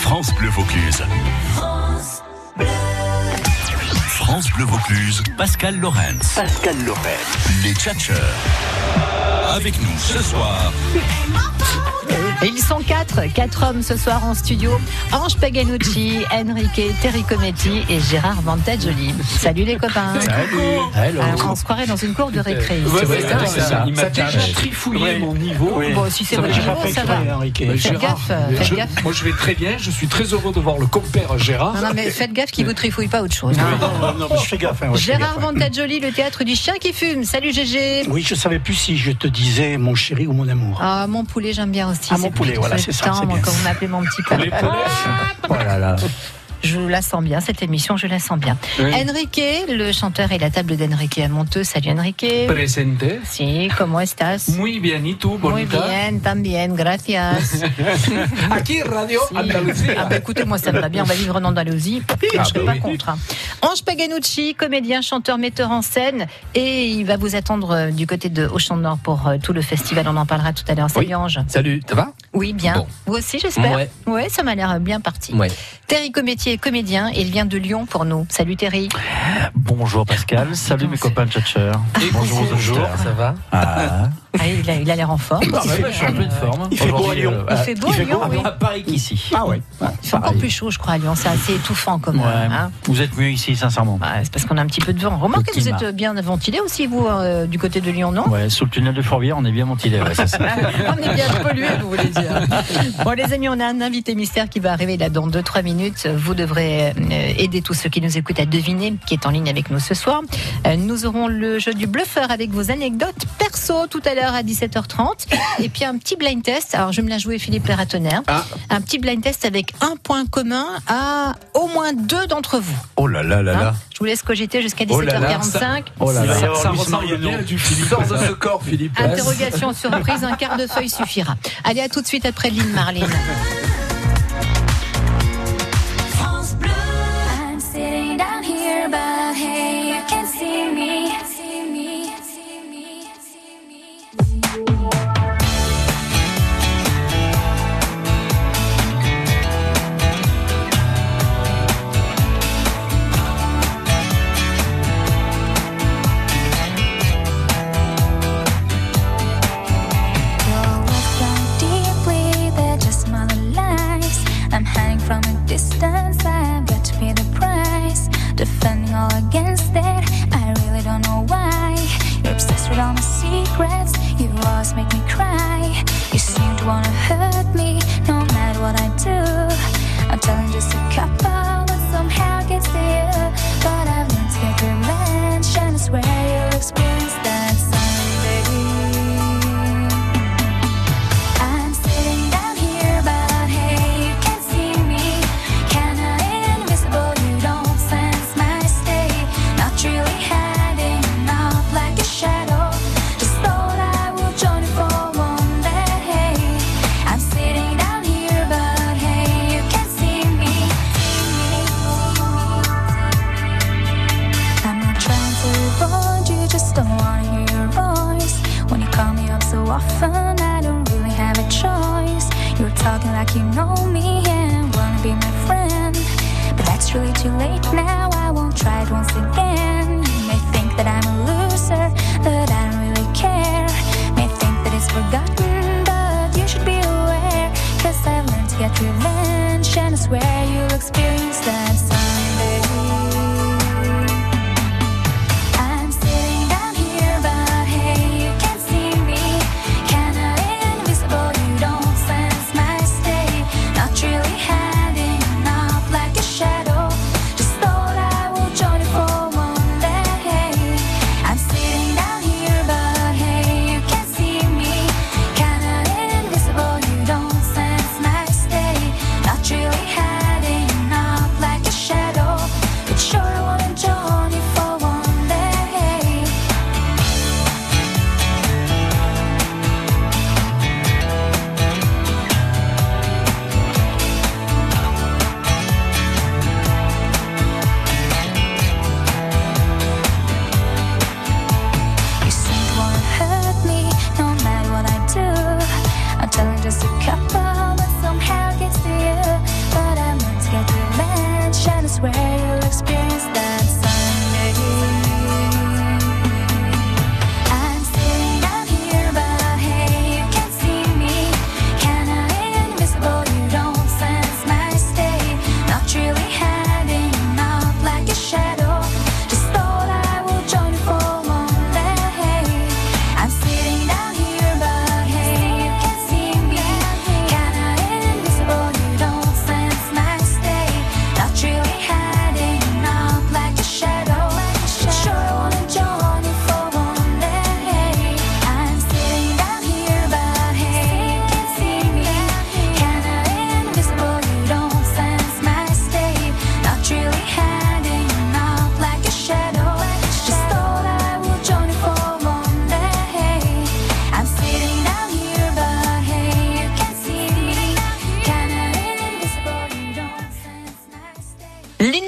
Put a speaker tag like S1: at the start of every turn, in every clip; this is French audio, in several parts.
S1: France Bleu Vaucluse. France Bleu. France Bleu Vaucluse, Pascal Lorenz.
S2: Pascal Lorenz.
S1: Les Tchatcheurs. Avec nous ce soir.
S3: Ils sont quatre, quatre hommes ce soir en studio. Ange Paganucci, Enrique Terry Cometti et Gérard Vantajoli. Salut les copains.
S4: Salut. Hello.
S3: Alors, on se croirait dans une cour de récré.
S4: Ouais, c'est ça, ça, ça.
S5: Il m'a déjà trifouillé ouais. mon niveau.
S3: Ouais. Bon, si c'est votre niveau, ça va.
S5: Faites Gérard,
S3: gaffe, faites
S5: je,
S3: gaffe.
S5: Moi, je vais très bien. Je suis très heureux de voir le compère Gérard.
S3: Non, non mais faites gaffe qu'il vous trifouille pas autre chose.
S4: Non, non, non mais je fais gaffe. Hein, je
S3: Gérard Vantajoli, le théâtre du chien qui fume. Salut GG.
S4: Oui, je savais plus si je te disais mon chéri ou mon amour.
S3: Ah, mon poulet, j'aime bien aussi.
S4: Ah, mon poulet, voilà, c'est ça.
S3: Quand on m'appelait mon petit poulet.
S4: Voilà, là.
S3: Je la sens bien, cette émission, je la sens bien. Oui. Enrique, le chanteur et la table d'Enrique à Monteux. Salut
S4: Ah.
S3: Enrique.
S5: Presente.
S3: Si, comment estás?
S5: Muy bien, y tú, bonita?
S3: Muy bien, también, gracias.
S5: Aquí, Radio si. Andalusia.
S3: Ah bah, écoutez-moi, ça me va bien, on va vivre en Andalousie. je ne serai pas contre. Hein. Ange Paganucci, comédien, chanteur, metteur en scène. Et il va vous attendre euh, du côté de Auchan Nord pour euh, tout le festival. On en parlera tout à l'heure. Salut
S6: oui.
S3: Ange.
S6: Salut, ça va?
S3: Oui, bien. Bon. Vous aussi, j'espère?
S6: Ouais.
S3: ouais. ça m'a l'air euh, bien parti.
S6: Ouais.
S3: Terry Cometti est comédien et il vient de Lyon pour nous. Salut Terry.
S7: Bonjour Pascal, salut non, mes copains tchatcheurs.
S6: Bonjour, bonjour, ça va
S7: ah.
S3: Ah, il a l'air en forme.
S6: Ah, ouais, je suis en pleine forme.
S4: Il fait beau à Lyon.
S3: Il fait beau à Lyon, oui.
S6: À Paris qu'ici.
S4: Ah ouais.
S3: ouais. C'est encore plus chaud, je crois, à Lyon. C'est assez étouffant comme.
S7: Ouais. Hein. Vous êtes mieux ici, sincèrement.
S3: Ouais, Bah, c'est parce qu'on a un petit peu de vent. Remarquez, vous êtes bien ventilé aussi, vous, euh, du côté de Lyon,
S4: Ah.
S3: non
S7: Ouais, sous le tunnel de Fourvière, on est bien ventilé. ça.
S3: on est bien pollué, vous voulez dire. Bon, les amis, on a un invité mystère qui va arriver là dans 2-3 minutes. Vous devrez euh, aider tous ceux qui nous écoutent à deviner qui est en ligne avec nous ce soir. Euh, Nous aurons le jeu du bluffeur avec vos anecdotes perso tout à l'heure à 17h30. Et puis un petit blind test. Alors je me la jouer Philippe Pératonnerre. Ah. Un petit blind test avec un point commun à au moins deux d'entre vous.
S6: Oh là là là là. Hein
S3: je vous laisse cogiter jusqu'à 17h45.
S6: Oh là là.
S5: Ça, ça, ressemble bien du Philippe. Sors de ce corps, Philippe.
S3: Interrogation surprise, un quart de feuille suffira. Allez, à tout de suite après Lynn Marlene.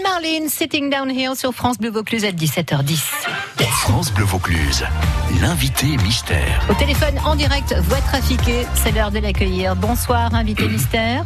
S4: Marlene, Sitting Down Here sur France Bleu Vaucluse à 17h10.
S1: France Bleu Vaucluse, l'invité mystère.
S4: Au téléphone en direct, voie trafiquée, c'est l'heure de l'accueillir. Bonsoir, invité mystère.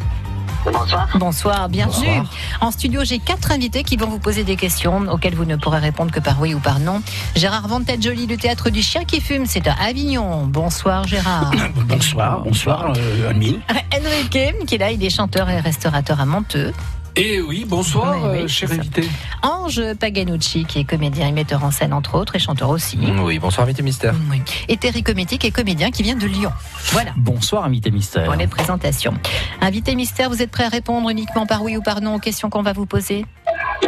S2: Bonsoir.
S4: Bonsoir, bienvenue.
S7: Bonsoir.
S4: En studio, j'ai quatre invités qui vont vous poser des questions auxquelles vous ne pourrez répondre que par oui ou par non. Gérard Vantette Joly, le théâtre du chien qui fume, c'est à Avignon. Bonsoir Gérard.
S8: Bonsoir, bonsoir, euh, Amine.
S4: Enrique, qui est là, il est chanteur et restaurateur à Monteux.
S5: Et Eh oui, bonsoir,
S4: Oui, oui,
S5: euh, cher
S4: c'est ça.
S5: invité.
S4: Ange Paganucci, qui est comédien et metteur en scène entre autres, et chanteur aussi.
S6: Oui, bonsoir, invité mystère.
S4: Oui. Et Terry Cometti, qui est comédien qui vient de Lyon. Voilà.
S7: Bonsoir, invité mystère.
S4: Pour les présentations. Invité mystère, vous êtes prêt à répondre uniquement par oui ou par non aux questions qu'on va vous poser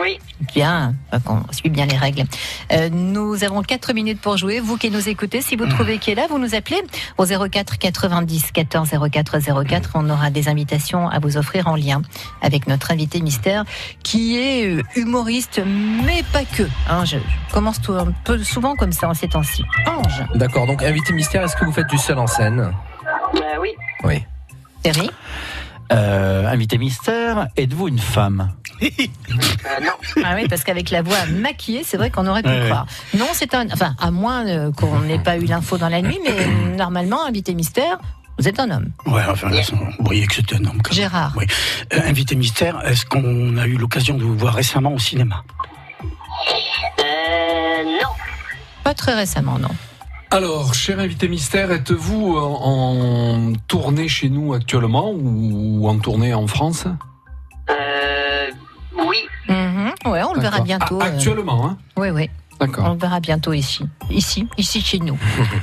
S2: Oui.
S4: Bien, on suit bien les règles. Euh, nous avons 4 minutes pour jouer. Vous qui nous écoutez, si vous trouvez qui est là, vous nous appelez au 04 90 14 04 04. On aura des invitations à vous offrir en lien avec notre invité mystère qui est euh, humoriste, mais pas que. hein. je je commence tout un peu souvent comme ça en ces temps-ci. Ange,
S6: D'accord, donc invité mystère, est-ce que vous faites du seul en scène
S2: Bah oui.
S6: Oui.
S4: Thierry,
S7: Euh, invité mystère, êtes-vous une femme
S2: Euh, non.
S4: Ah oui, parce qu'avec la voix maquillée, c'est vrai qu'on aurait pu
S8: Ouais, ouais.
S4: croire. Non, c'est un. Enfin, à moins euh, qu'on n'ait pas eu l'info dans la nuit, mais euh, normalement, invité mystère, vous êtes un homme.
S8: Ouais, enfin, là, c'est- vous voyez que c'est un homme. quand même.
S4: Gérard.
S8: Oui. Euh, invité mystère, est-ce qu'on a eu l'occasion de vous voir récemment au cinéma
S2: Euh, non.
S4: Pas très récemment, non.
S5: Alors, cher invité mystère, êtes-vous en, en tournée chez nous actuellement ou, ou en tournée en France
S2: Euh, oui.
S4: Mhm, ouais, on le verra
S5: D'accord.
S4: bientôt.
S5: Ah,
S4: euh,
S5: actuellement, hein
S4: oui, oui, on
S5: D'accord.
S4: le verra bientôt ici. Ici, ici chez nous.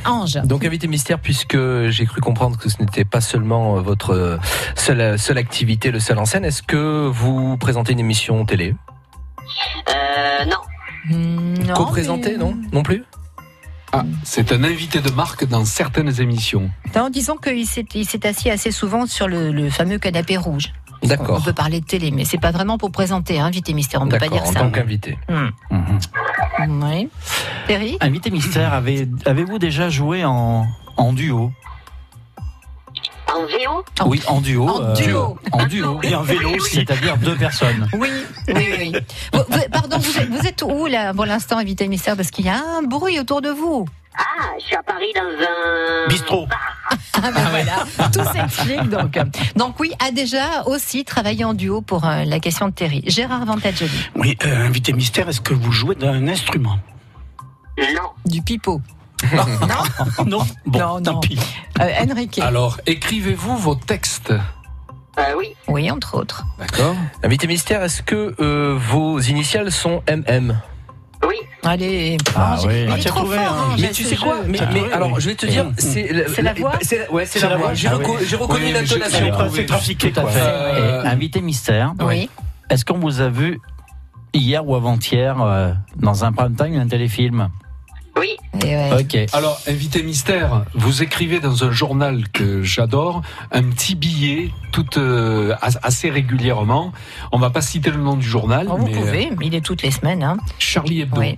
S4: Ange.
S6: Donc invité mystère, puisque j'ai cru comprendre que ce n'était pas seulement euh, votre euh, seule, seule activité, le seul en scène, est-ce que vous présentez une émission télé
S2: Euh, non.
S4: Mm, non,
S6: Co-présentée,
S4: mais-
S6: non Non plus
S5: Ah, c'est un invité de marque dans certaines émissions.
S4: Non, disons qu'il s'est il s'est assis assez souvent sur le, le fameux canapé rouge. On
S6: D'accord.
S4: peut parler de télé, mais c'est pas vraiment pour présenter, hein, invité mystère. On peut pas
S6: D'accord,
S4: dire
S6: en
S4: ça.
S6: tant qu'invité.
S7: Mhm.
S4: Oui. Terry
S7: Invité mystère, avez- avez-vous déjà joué en, en duo
S2: En VO
S7: Oui, en duo. euh,
S4: En duo.
S7: En duo.
S8: Et en vélo aussi.
S7: C'est-à-dire deux personnes.
S4: Oui, oui, oui. Vous- vous- pardon, vous êtes, vous êtes où là pour l'instant, invité mystère Parce qu'il y a un bruit autour de vous.
S2: Ah, je suis à Paris dans un.
S8: Bistrot.
S4: Ah ben voilà, tout s'explique donc. Donc oui, a déjà aussi travaillé en duo pour euh, la question de Terry. Gérard Vantageli,
S8: Oui, euh, invité mystère, est-ce que vous jouez d'un instrument
S2: Non.
S4: du pipeau. non,
S8: Non, bon,
S4: Non,
S8: tant
S4: non.
S8: pis.
S4: Euh, Enrique.
S5: Alors, écrivez-vous vos textes.
S2: Euh, oui.
S4: Oui, entre autres.
S5: D'accord
S6: Invité mystère, est-ce que euh, vos initiales sont MM
S2: Oui.
S4: Allez,
S7: Ah
S4: Ange,
S7: oui.
S4: il est
S7: Ah,
S8: t'as
S4: trop
S8: trouvé,
S4: fort,
S8: hein.
S4: Ange, à
S6: Mais tu
S4: ce
S6: sais
S4: jeu.
S6: quoi mais,
S8: T'as
S6: mais
S8: trouvé,
S6: alors,
S8: oui.
S6: je vais te dire, c'est
S4: Ah C'est la voix
S6: c'est la- Ouais, c'est
S8: C'est
S6: la
S8: la
S6: voix.
S8: voix.
S6: J'ai
S8: Ah
S6: reco- j'ai reconnu
S5: Oui, mais je-
S6: l'intonation.
S5: Ah,
S8: C'est
S5: oui,
S8: c'est trafiqué,
S7: Tout à
S8: quoi.
S7: fait.
S5: Euh,
S7: Invité mystère,
S4: Oui.
S7: est-ce qu'on vous a vu hier ou avant-hier euh, dans un prime time, un téléfilm
S2: Oui.
S4: Et ouais.
S7: Ok.
S5: Alors, invité mystère, vous écrivez dans un journal que j'adore un petit billet tout euh, as- assez régulièrement. On va pas citer le nom du journal,
S4: Oh, vous
S5: mais euh,
S4: pouvez, il est toutes les semaines. hein.
S5: Charlie Hebdo.
S4: Oui.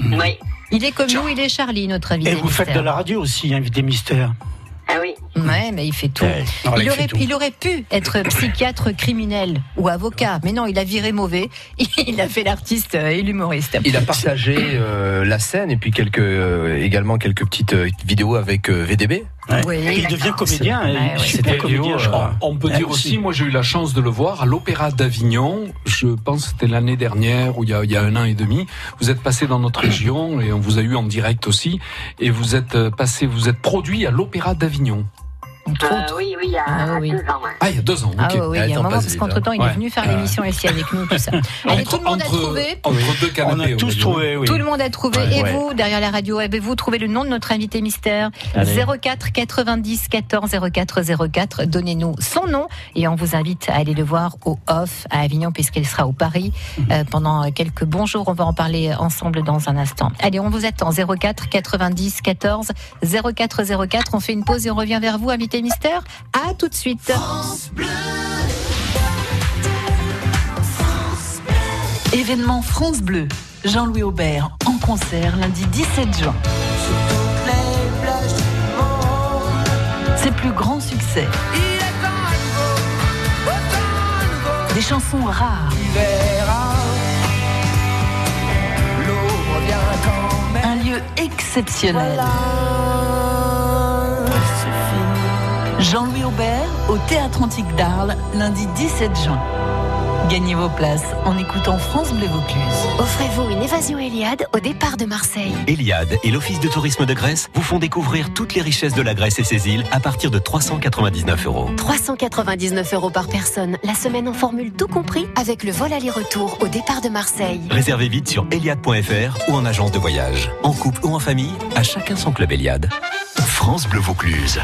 S4: Hmm.
S2: Oui.
S4: Il est comme nous, il est Charlie, notre invité.
S8: Et vous faites de
S4: mystère.
S8: la radio aussi, invité mystère.
S2: Ah oui.
S4: Ouais, mais il fait
S8: Eh,
S4: tout.
S8: Alors,
S4: Il
S8: fait
S4: aurait,
S8: tout.
S4: il aurait pu être psychiatre criminel ou avocat, mais non, il a viré mauvais. Il a fait l'artiste et l'humoriste.
S6: Il a partagé euh, la scène et puis quelques, euh, également quelques petites euh, vidéos avec euh, VDB.
S8: Ouais.
S4: Oui,
S8: il
S4: d'accord.
S8: devient comédien, hein,
S4: C'est-
S8: il est
S4: Ouais, ouais.
S8: super
S7: C'était
S8: comédien,
S7: Léo,
S8: je crois.
S5: euh,
S6: euh,
S5: On peut
S8: Ah,
S5: dire
S8: aussi.
S5: aussi, moi j'ai eu la chance de le voir à l'Opéra d'Avignon, je pense que c'était l'année dernière ou il y, a, il y a un an et demi. Vous êtes passé dans notre région et on vous a eu en direct aussi. Et vous êtes euh, passé, vous êtes produit à l'Opéra d'Avignon.
S4: Entre
S2: Euh,
S4: autres.
S2: oui, oui, il y a
S4: Ah, oui.
S2: deux ans. ouais.
S5: Ah, il y a deux ans,
S4: Ah
S5: ok.
S4: ouais, oui, il y a
S6: Attends,
S4: un moment,
S6: passe
S4: parce
S6: vite,
S4: qu'entre-temps, il est
S5: Ouais.
S4: venu faire
S5: Ouais.
S4: l'émission ici avec nous, tout ça. Allez, tout le monde a trouvé.
S5: entre deux
S8: On
S5: canapés.
S8: a tous
S5: dit.
S8: trouvé, oui.
S4: Tout le monde a trouvé.
S7: Ouais.
S4: et
S7: Ouais.
S4: vous, derrière la radio, avez-vous trouvé le nom de notre invité mystère
S7: Allez.
S4: 04 90 14 04 04. Donnez-nous son nom et on vous invite à aller le voir au Off à Avignon puisqu'elle sera au Paris euh, pendant quelques bons jours. On va en parler ensemble dans un instant. Allez, on vous attend 04 90 14 04 04. On fait une pause et on revient vers vous, invité mystère. À tout de suite.
S3: Événement France Bleu. Jean-Louis Aubert en concert lundi 17 juin. Ses plus grands succès. Des chansons rares. lieu exceptionnel. Jean-Louis Aubert au Théâtre Antique d'Arles, lundi 17 juin. Gagnez vos places en écoutant France Bleu Vaucluse.
S9: Offrez-vous une évasion Eliade au départ de Marseille.
S1: Eliade et l'Office de tourisme de Grèce vous font découvrir toutes les richesses de la Grèce et ses îles à partir de 399 euros.
S9: 399 euros par personne, la semaine en formule tout compris avec le vol aller-retour au départ de Marseille.
S1: Réservez vite sur Eliade.fr ou en agence de voyage. En couple ou en famille, à chacun son club Eliade. France Bleu Vaucluse,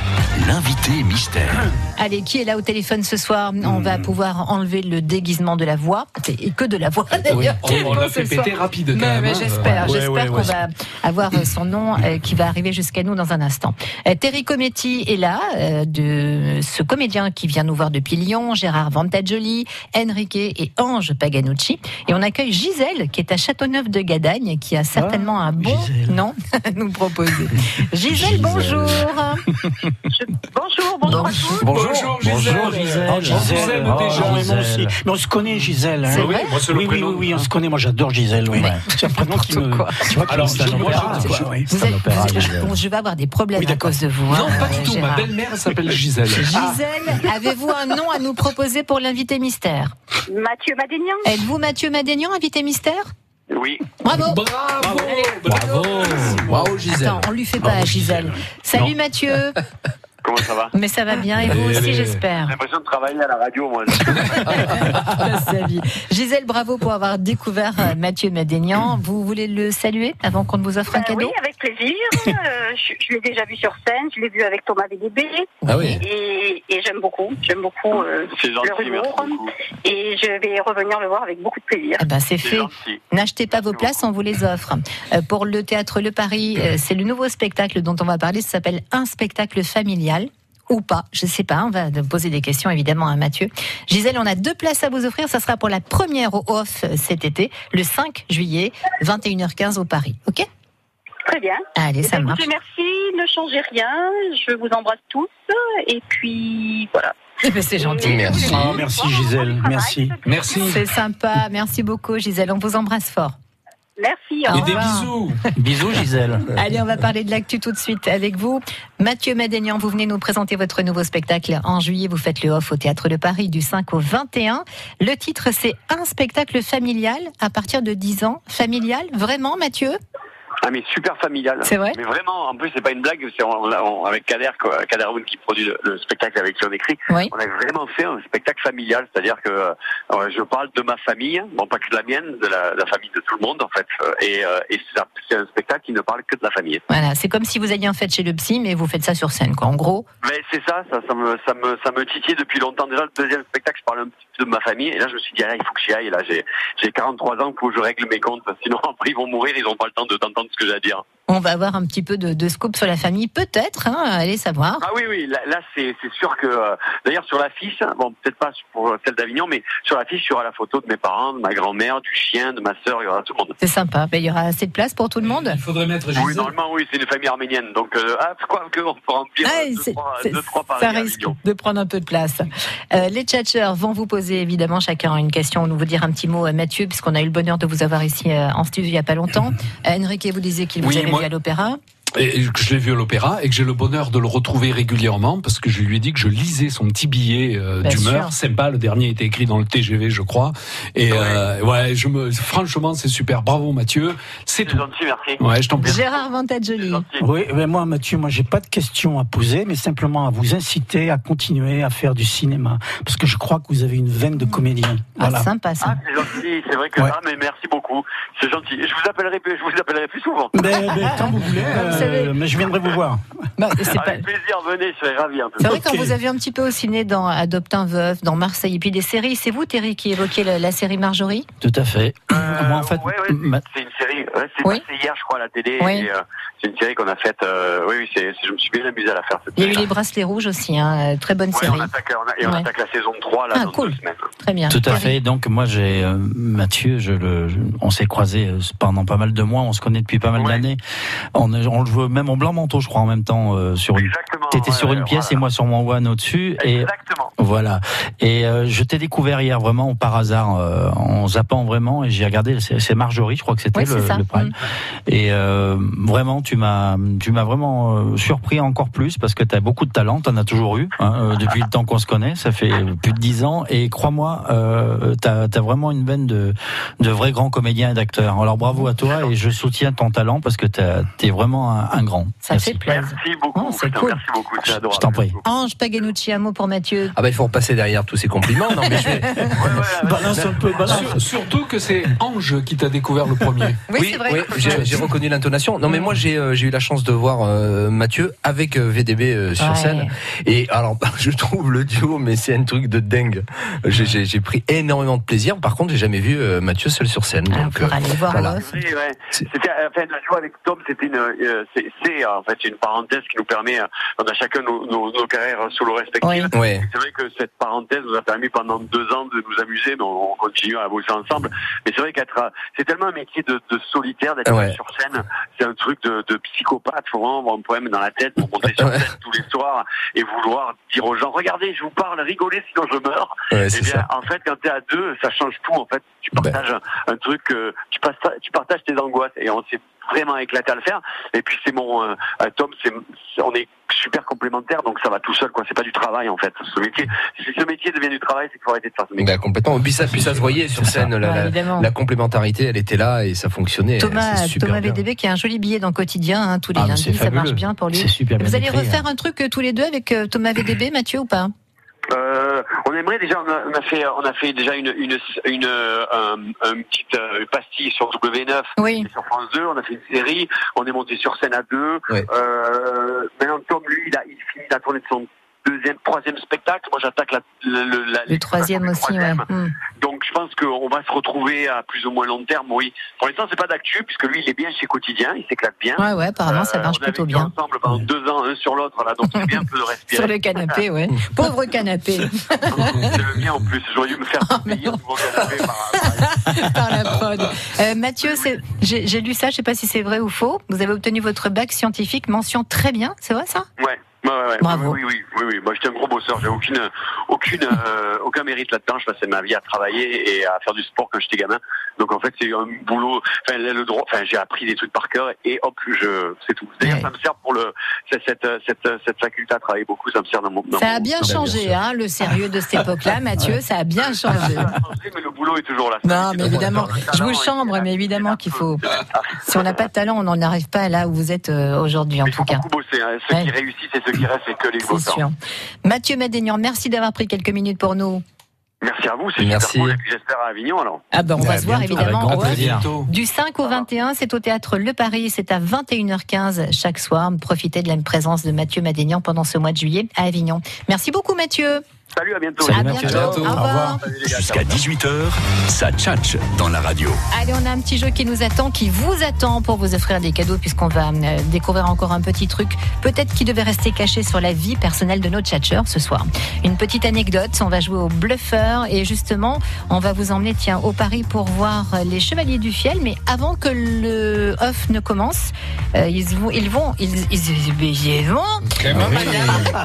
S1: l'invité mystère.
S4: Allez, qui est là au téléphone ce soir On
S5: Hmm.
S4: va pouvoir enlever le déguisement de la voix, et que de la voix d'ailleurs.
S5: Oh, On, on l'a fait
S4: Ce soir.
S5: péter rapide quand
S4: Mais,
S5: même.
S4: mais
S5: hein.
S4: j'espère,
S5: Ouais,
S4: j'espère
S5: ouais,
S4: qu'on
S5: ouais.
S4: va avoir euh, son nom euh, qui va arriver jusqu'à nous dans un instant. Euh, Terry Cometti est là, euh, de ce comédien qui vient nous voir depuis Lyon, Gérard Vantagioli, Enrique et Ange Paganucci. Et on accueille Gisèle qui est à Châteauneuf de Gadagne, qui a certainement un bon
S8: Gisèle.
S4: nom à nous proposer. Gisèle, bonjour.
S2: Bonjour, bonjour à tous.
S5: Bonjour, Gisèle. On vous aime
S8: Oh, Oh,
S5: déjà.
S8: Gisèle. Mais moi aussi. Mais on se connaît, Gisèle. hein.
S4: C'est
S5: Oui,
S4: vrai
S5: moi, c'est le
S8: Oui, oui,
S5: prénom.
S8: oui, oui, on se connaît. Moi, j'adore Gisèle. Oui. C'est un prénom qui me. Tu vois, qui
S5: Alors,
S8: me stimule.
S5: moi,
S8: Ah,
S5: je-
S8: c'est- oui.
S4: Vous
S7: un
S4: êtes-
S7: opéra,
S4: vous-
S7: Gisèle.
S4: bon, je vais avoir des problèmes
S8: Oui,
S4: à
S8: d'accord.
S4: cause de vous.
S5: Non,
S4: hein,
S5: pas du
S4: euh,
S5: tout. Ma
S4: Gérard.
S5: belle-mère s'appelle Gisèle.
S4: Gisèle, avez-vous un nom à nous proposer pour l'invité mystère
S2: Mathieu Madénian.
S4: Êtes-vous Mathieu Madénian, invité mystère
S2: Oui.
S4: Bravo
S5: Bravo.
S6: Bravo, bravo Gisèle.
S4: Attends, on lui fait pas à Gisèle. Salut Mathieu
S10: Comment ça va
S4: Mais ça va bien et vous
S5: Allez,
S4: aussi
S5: allez.
S10: J'ai
S4: j'espère.
S10: l'impression de travailler à la radio, moi.
S4: Passe sa vie. Gisèle, bravo pour avoir découvert euh, Mathieu Madénian. Vous voulez le saluer avant qu'on ne vous offre un
S2: Euh, oui,
S4: cadeau
S2: avec plaisir. Euh, je je l'ai déjà vu sur scène, je l'ai vu avec Thomas Bélébé
S6: Ah oui.
S2: et, et j'aime beaucoup. J'aime beaucoup euh,
S10: C'est
S2: Le
S10: gentil,
S2: humour.
S10: merci beaucoup.
S2: et je vais revenir le voir avec beaucoup de plaisir.
S4: Eh ben c'est
S10: C'est
S4: fait.
S10: gentil.
S4: N'achetez pas vos places, on vous les offre. Euh, Pour le théâtre Le Paris, euh, c'est le nouveau spectacle dont on va parler. Ça s'appelle Un spectacle familial ou pas, je sais pas, on va poser des questions évidemment à Mathieu. Gisèle, on a deux places à vous offrir, ça sera pour la première au off euh, cet été, le 5 juillet, 21h15 au Paris, ok
S2: Très bien.
S4: Allez,
S2: Eh
S4: ça
S2: ben,
S4: marche.
S2: écoutez, merci, ne changez rien. Je vous embrasse tous et puis voilà.
S4: Eh ben, C'est gentil.
S6: Merci.
S8: Ah, merci, Gisèle. Merci.
S5: Merci.
S4: C'est sympa, merci beaucoup Gisèle, on vous embrasse fort.
S2: Merci.
S11: hein.
S4: Ah.
S5: Et des
S4: revoir.
S5: bisous.
S7: Bisous Gisèle.
S4: Allez, on va parler de l'actu tout de suite avec vous. Mathieu Madénian, vous venez nous présenter votre nouveau spectacle. En juillet, vous faites le off au Théâtre de Paris du 5 au 21. Le titre, c'est Un spectacle familial à partir de 10 ans. Familial, vraiment, Mathieu
S10: Ah, mais super familial.
S4: C'est vrai
S10: Mais vraiment, en plus, c'est pas une blague. c'est- on l'a- on- avec Kader, quoi, Kader Aoun qui produit le, le spectacle avec qui on écrit,
S4: Oui.
S10: on a vraiment fait un spectacle familial. C'est-à-dire que euh, je parle de ma famille, bon, pas que de la mienne, de la, de la famille de tout le monde, en fait. Euh, Et, euh, et c'est un- c'est un spectacle qui ne parle que de la famille.
S4: Voilà, c'est comme si vous alliez en fait chez le psy, mais vous faites ça sur scène, quoi. En gros,
S10: Mais c'est ça, ça, ça me, ça me, ça me titillait depuis longtemps. Déjà, le deuxième spectacle, je parlais un petit peu de ma famille. Et là, je me suis dit, ah, il faut que j'y aille. Là, j'ai, j'ai 43 ans, il faut que je règle mes comptes. Sinon, après, ils vont mourir, ils n'ont pas le temps de d'entendre ce que j'ai à dire.
S4: on va avoir un petit peu de, de scoop sur la famille, peut-être, hein, allez savoir.
S10: Ah oui, oui, là, là, c'est, c'est sûr que, euh, d'ailleurs, sur l'affiche, hein, bon, peut-être pas pour celle d'Avignon, mais sur l'affiche, il y aura la photo de mes parents, de ma grand-mère, du chien, de ma sœur, il y aura tout le monde.
S4: C'est sympa, Ben, il y aura assez de place pour tout le monde.
S5: Il faudrait mettre
S10: Oui, normalement, oui, c'est une famille arménienne. Donc, euh, ah, quoi que, on peut remplir
S4: Ah,
S10: euh, deux,
S4: c'est-
S10: trois,
S4: c'est-
S10: deux, trois paris
S4: ça
S10: à
S4: risque
S10: Avignon.
S4: de prendre un peu de place. Euh, les tchatcheurs vont vous poser évidemment chacun une question. Nous vous dire un petit mot, euh, Mathieu, puisqu'on a eu le bonheur de vous avoir ici euh, en studio il n'y a pas longtemps. Euh, Enrique vous disait qu'il vous
S5: Oui,
S4: avait
S5: moi-
S4: vu à l'opéra.
S5: Et que je l'ai vu à l'opéra et que j'ai le bonheur de le retrouver régulièrement parce que je lui ai dit que je lisais son petit billet euh,
S4: Bien
S5: d'humeur.
S4: sûr.
S5: Sympa, le dernier était écrit dans le TGV, je crois. Et euh, ouais, je me, franchement, c'est super. Bravo Mathieu. C'est
S10: C'est
S5: tout.
S10: gentil, merci.
S5: Ouais, je t'en prie.
S4: Gérard
S10: C'est
S4: Vantagioli.
S10: gentil.
S8: Oui, eh ben moi, Mathieu, moi, j'ai pas de questions à poser, mais simplement à vous inciter à continuer à faire du cinéma, parce que je crois que vous avez une veine de comédien.
S4: Ah,
S8: Voilà.
S4: sympa ça.
S10: Ah, c'est gentil, c'est vrai que.
S8: Ouais.
S10: Ah, mais merci beaucoup. C'est gentil. Je vous appellerai plus, je vous appellerai plus souvent.
S8: Mais, mais quand vous voulez,
S4: Vous savez-
S8: euh, mais je viendrai vous voir.
S4: Bah, c'est pas-
S10: Avec plaisir, venez, je serai ravi un peu.
S4: C'est vrai qu'on
S8: Ok.
S4: vous avez un petit peu au ciné dans Adopte un veuf, dans Marseille, et puis des séries. C'est vous, Terry, qui évoquait la, la série Marjorie
S7: Tout à fait. Moi en fait,
S10: Euh, ouais, ouais.
S7: ma-
S10: C'est une série, ouais, c'est
S4: Oui.
S10: passé hier, je crois, à la télé.
S4: Oui.
S10: et, euh, c'est une série qu'on a faite. euh, oui, oui, c'est, c'est- je me suis bien amusé à la faire cette
S4: Il y a eu
S10: série-là.
S4: Les Bracelets Rouges aussi, hein, euh, très bonne
S10: Ouais,
S4: série.
S10: on attaque, on a- et on
S4: Ouais.
S10: attaque la saison 3 là,
S4: Ah,
S10: dans
S4: cool.
S10: deux semaines.
S4: Très bien.
S7: Tout à
S4: Terry.
S7: fait. Donc moi j'ai euh, Mathieu, je le, je- on s'est croisé pendant pas mal de mois, on se connaît depuis pas mal
S10: Ouais.
S7: d'années. On, est- on le joue même en blanc manteau, je crois, en même temps euh, sur une.
S10: Exactement.
S7: T'étais
S10: ouais,
S7: sur
S10: ouais,
S7: une pièce et
S10: voilà.
S7: moi sur mon one au-dessus et
S10: Exactement.
S7: voilà. Et euh, je t'ai découvert hier vraiment par hasard euh, en zappant vraiment et j'ai j'ai regardé, c'est c'est Marjorie, je crois que c'était
S4: Oui, c'est
S7: le,
S4: ça. Mm.
S7: le prime. Et euh, vraiment, tu m'as, tu m'as vraiment euh, surpris encore plus parce que tu as beaucoup de talent, tu en as toujours eu hein, euh, depuis le temps qu'on se connaît, ça fait plus de dix ans. Et crois-moi, euh, tu as, vraiment une veine de, de vrai grand comédien et d'acteur. Alors bravo à toi et je soutiens ton talent parce que tu es vraiment un, un grand.
S4: Ça fait plaisir.
S10: Merci beaucoup.
S4: Oh, c'est
S10: putain,
S4: cool.
S10: Merci beaucoup. C'est adorable.
S7: Je t'en prie.
S4: Ange Paganucci, un mot pour Mathieu.
S6: Ah bah il faut repasser derrière tous ces compliments. Non mais je vais...
S8: Balance un peu, balance.
S5: Sur- surtout que c'est Ange qui t'a découvert le premier.
S4: Oui, c'est vrai. Mm.
S6: j'ai j'ai reconnu l'intonation. Non, mais moi, j'ai euh, j'ai eu la chance de voir euh, Mathieu avec euh, VDB euh, sur
S4: Ouais.
S6: scène. Et alors, je trouve le duo, mais c'est un truc de dingue. J'ai- J'ai j'ai pris énormément de plaisir. Par contre, j'ai jamais vu euh, Mathieu seul sur scène.
S4: Ah,
S6: Donc,
S4: pour
S6: euh,
S4: aller voir
S6: voilà.
S4: l'off.
S10: Oui, ouais.
S6: C'est-
S10: C'était, euh, enfin, la joie avec Tom, c'était une, euh, c'est, c'est, euh, en fait, une parenthèse qui nous permet, euh, on a chacun nos, nos, nos carrières euh, solo respectives.
S7: Oh
S6: euh, ouais.
S10: C'est vrai que cette parenthèse nous a permis pendant deux ans de nous amuser, mais on on continue à bosser ensemble. Mais c'est vrai qu'être, euh, c'est tellement un métier de, de solitaire d'être
S6: Ouais.
S10: sur scène. C'est un truc de, de psychopathe. Faut vraiment avoir un poème dans la tête pour monter sur
S6: Ouais.
S10: scène tous les soirs et vouloir dire aux gens, regardez, je vous parle, rigolez, sinon je meurs.
S6: Ouais,
S10: Eh
S6: c'est
S10: bien,
S6: ça.
S10: en fait, quand t'es à deux, ça change tout. En fait, tu
S6: Ben.
S10: partages un, un truc, euh, tu, passes, tu partages tes angoisses et on s'est vraiment éclaté à le faire. Et puis c'est mon euh, euh, Tom, c'est, c'est- on est super complémentaires, donc ça va tout seul. Quoi, c'est pas du travail en fait. Ce métier, si ce métier devient du travail, c'est qu'il faut arrêter de faire ce métier.
S6: Bah, complètement. Puis ça, puis ça se voyait sur scène. La,
S4: Ouais,
S6: la-
S4: évidemment.
S6: la complémentarité, elle était là et ça fonctionnait. C'est
S4: Thomas,
S6: super
S4: Thomas
S6: bien.
S4: VDB qui a un joli billet dans Quotidien hein, tous les
S7: Ah, mais c'est
S4: lundis, ça
S7: fabuleux.
S4: marche bien pour
S7: C'est
S4: lui.
S7: super bien
S4: Vous allez
S7: écrit, hein.
S4: refaire un truc euh, tous les deux avec euh, Thomas VDB, Mathieu ou pas
S10: Euh, on aimerait déjà, on a, on a fait, on a fait déjà une, une, une, euh, un- une petite euh, pastille sur W9
S4: Oui.
S10: Et sur France 2, on a fait une série, on est monté sur scène à deux.
S6: Ouais.
S10: Euh, maintenant, Tom, lui, il, a, il finit la tournée de son deuxième, troisième spectacle. Moi, j'attaque la, le, le- la-
S4: Le troisième
S10: le
S4: aussi, ouais.
S10: troisième.
S4: Mm.
S10: Donc, je pense qu'on va se retrouver à plus ou moins long terme, oui. Pour l'instant, c'est pas d'actu, puisque lui, il est bien chez Quotidien, il s'éclate bien.
S4: Ouais, ouais, apparemment ça
S10: Euh,
S4: marche
S10: on a vécu
S4: plutôt bien.
S10: ensemble pendant deux ans, un sur l'autre, là, donc c'est bien un peu de
S4: Sur
S10: respirer.
S4: le canapé, ouais.
S7: Mmh.
S4: Pauvre canapé,
S10: C'est le mien en plus, j'aurais dû me faire
S4: Oh,
S10: payer un nouveau canapé par- par-
S4: par la prod. Euh, Mathieu, c'est- j'ai j'ai lu ça, je sais pas si c'est vrai ou faux. Vous avez obtenu votre bac scientifique, mention très bien, c'est vrai ça
S10: Ouais. Ouais, ouais, ouais.
S4: Bravo.
S10: Oui, oui, oui, oui. Moi, j'étais un gros bosseur. J'ai aucune, aucune, euh, aucun mérite là-dedans. Je passais ma vie à travailler et à faire du sport quand j'étais gamin. Donc, en fait, c'est un boulot. Enfin, là, le droit. Enfin, j'ai appris des trucs par cœur et hop, je, c'est tout. D'ailleurs,
S4: Ouais.
S10: ça me sert pour le, cette, cette, cette, cette faculté à travailler beaucoup. Ça me sert dans mon. dans
S4: Ça a
S10: mon-
S4: bien changé, hein, le sérieux de cette époque-là, Mathieu, ça a bien changé.
S10: Ça a changé, mais le boulot est toujours là.
S4: Non, mais
S10: Le
S4: évidemment.
S10: talent
S4: Je vous
S10: est-
S4: chambre, mais évidemment qu'il faut.
S10: C'est ça.
S4: Si on n'a pas de talent, on n'en arrive pas là où vous êtes euh, aujourd'hui, en
S10: Il
S4: tout
S10: faut
S4: cas.
S10: beaucoup bosser. hein. Ceux
S4: Ouais.
S10: qui réussissent et ceux qui restent, c'est que les
S4: C'est
S10: bosseurs.
S4: sûr. Mathieu Madénian, merci d'avoir pris quelques minutes pour nous.
S10: Merci à vous. C'est super
S6: Merci.
S10: cool. Et puis, j'espère à Avignon, alors.
S4: Ah ben, on
S6: Ouais,
S4: va se voir
S6: bientôt.
S4: évidemment.
S7: Bah, Avec grand
S4: en off.
S7: plaisir.
S4: Du 5 au 21, c'est au théâtre Le Paris, c'est à 21h15 chaque soir. Profitez de la présence de Mathieu Madénian pendant ce mois de juillet à Avignon. Merci beaucoup Mathieu.
S10: Salut, à bientôt.
S7: Salut,
S4: à
S7: Mathieu.
S4: bientôt.
S6: À bientôt.
S4: Au revoir.
S10: Salut, les gars.
S1: Jusqu'à 18h, ça tchatche dans la radio.
S4: Allez, on a un petit jeu qui nous attend, qui vous attend pour vous offrir des cadeaux, puisqu'on va euh, découvrir encore un petit truc, peut-être qui devait rester caché sur la vie personnelle de nos tchatcheurs ce soir. Une petite anecdote, on va jouer au bluffeur, et justement, on va vous emmener, tiens, au Paris pour voir euh, les Chevaliers du Fiel, mais avant que le off ne commence, euh, ils vont, ils vont, ils, ils, ils- ils vont,
S7: hein.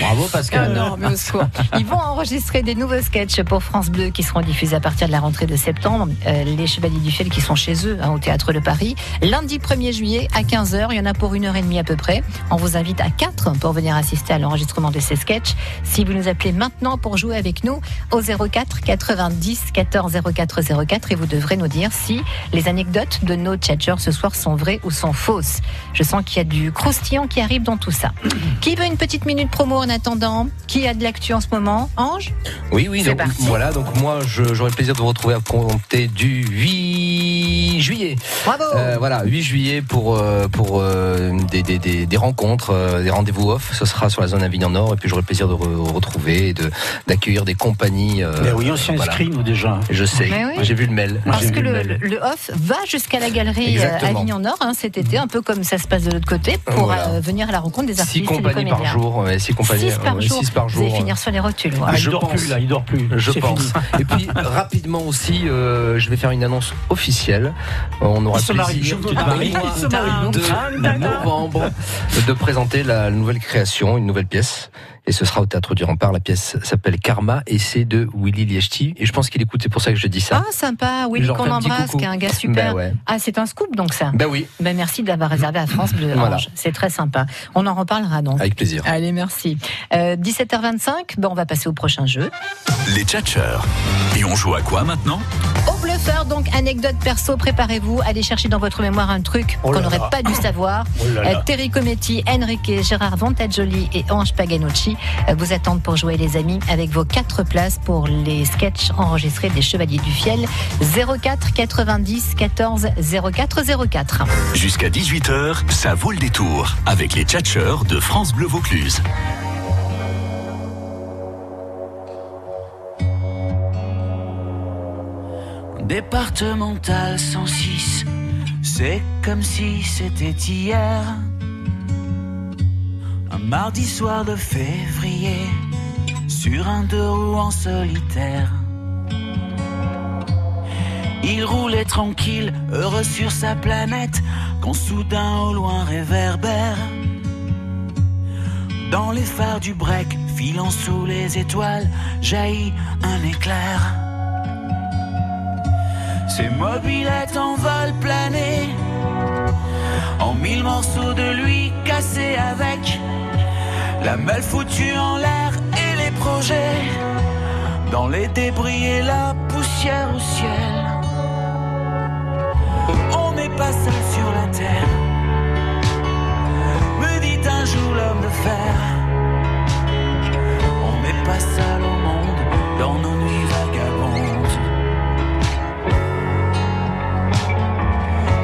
S7: Bravo
S4: ah
S7: Pascal.
S4: non, mais au secours. Ils vont enregistrer des nouveaux sketchs pour France Bleu qui seront diffusés à partir de la rentrée de septembre. Euh, les Chevaliers du Fiel qui sont chez eux hein, au Théâtre de Paris. Lundi 1er juillet à 15h, il y en a pour une heure et demie à peu près. On vous invite à 4 pour venir assister à l'enregistrement de ces sketchs. Si vous nous appelez maintenant pour jouer avec nous au 04 90 14 04 04 et vous devrez nous dire si les anecdotes de nos tchatchers ce soir sont vraies ou sont fausses. Je sens qu'il y a du croustillant qui arrive dans tout ça. Qui veut une petite minute promo en attendant Qui a de l'actu en ce moment Ange
S6: Oui, oui,
S4: C'est
S6: donc,
S4: parti.
S6: voilà. Donc, moi, je- j'aurai le plaisir de vous retrouver à compter du 8 juillet.
S4: Bravo
S6: Euh, voilà, 8 juillet pour, euh, pour euh, des, des, des, des rencontres, euh, des rendez-vous off. Ce sera sur la zone Avignon Nord et puis j'aurai le plaisir de re- retrouver et de- d'accueillir des compagnies. euh,
S8: Ben oui, on s'est
S6: voilà.
S8: inscrit, nous, déjà.
S6: Je sais,
S4: Mais oui.
S6: j'ai vu le mail.
S4: Parce
S6: J'ai
S4: que
S6: vu
S4: le,
S6: mail.
S4: le off va jusqu'à la galerie euh,
S6: Exactement.
S4: Avignon Nord hein, cet été, un peu comme ça se passe de l'autre côté, pour
S6: Voilà.
S4: euh, venir à la rencontre des
S6: Six
S4: artistes et des
S6: compagnies
S4: comédiens.
S6: par jour. euh. ouais, Six compagnies
S4: Six par
S6: ouais,
S4: jour.
S6: six par
S4: Vous
S6: jour.
S4: allez finir sur les rotules. voilà.
S8: Ah,
S6: je
S8: il dort
S6: pense.
S8: plus, là, il dort plus.
S6: Je
S8: C'est
S6: pense.
S8: fini.
S6: Et puis rapidement aussi, euh, je vais faire une annonce officielle. On aura
S8: Ils se
S6: le
S8: marient,
S6: plaisir
S8: je te marie.
S6: au mois
S8: Ils se marient.
S6: Ah, de novembre de présenter la nouvelle création, une nouvelle pièce Et ce sera au Théâtre du Rempart. La pièce s'appelle Karma et c'est de Willy Liechti. Et je pense qu'il écoute, c'est pour ça que je dis ça.
S4: Ah, sympa, oui,
S6: Genre
S4: qu'on
S6: faire un petit
S4: embrasse,
S6: coucou.
S4: qui est un gars super.
S6: Ben ouais.
S4: Ah, c'est un scoop donc ça
S6: Ben oui.
S4: Ben merci d'avoir réservé à France Bleu
S6: Voilà.
S4: Orange. C'est très sympa. On en reparlera donc.
S6: Avec plaisir.
S4: Allez, merci. Euh, 17h25, ben, on va passer au prochain jeu.
S1: Les tchatcheurs. Et on joue à quoi maintenant
S4: Au bluffeur, donc anecdote perso, préparez-vous, allez chercher dans votre mémoire un truc
S1: Oh là
S4: qu'on n'aurait
S1: là.
S4: pas dû savoir.
S1: Oh là là.
S4: Euh, Terry Cometti, Enrique, Gérard Vantagioli et Ange Paganucci euh, vous attendent pour jouer les amis avec vos quatre places pour les sketchs enregistrés des Chevaliers du Fiel 04 90 14 04 04.
S1: Jusqu'à 18h, ça vaut le détour avec les tchatcheurs de France Bleu Vaucluse.
S12: Départemental 106, c'est comme si c'était hier. Un mardi soir de février, sur un deux roues en solitaire. Il roulait tranquille, heureux sur sa planète, quand soudain au loin réverbère. Dans les phares du break, filant sous les étoiles, jaillit un éclair. Ces mobilettes en vol plané En mille morceaux de lui cassés avec La meule foutue en l'air et les projets Dans les débris et la poussière au ciel On n'est pas seul sur la terre Me dit un jour l'homme de fer On n'est pas seul au monde Dans nos nuits vagabondes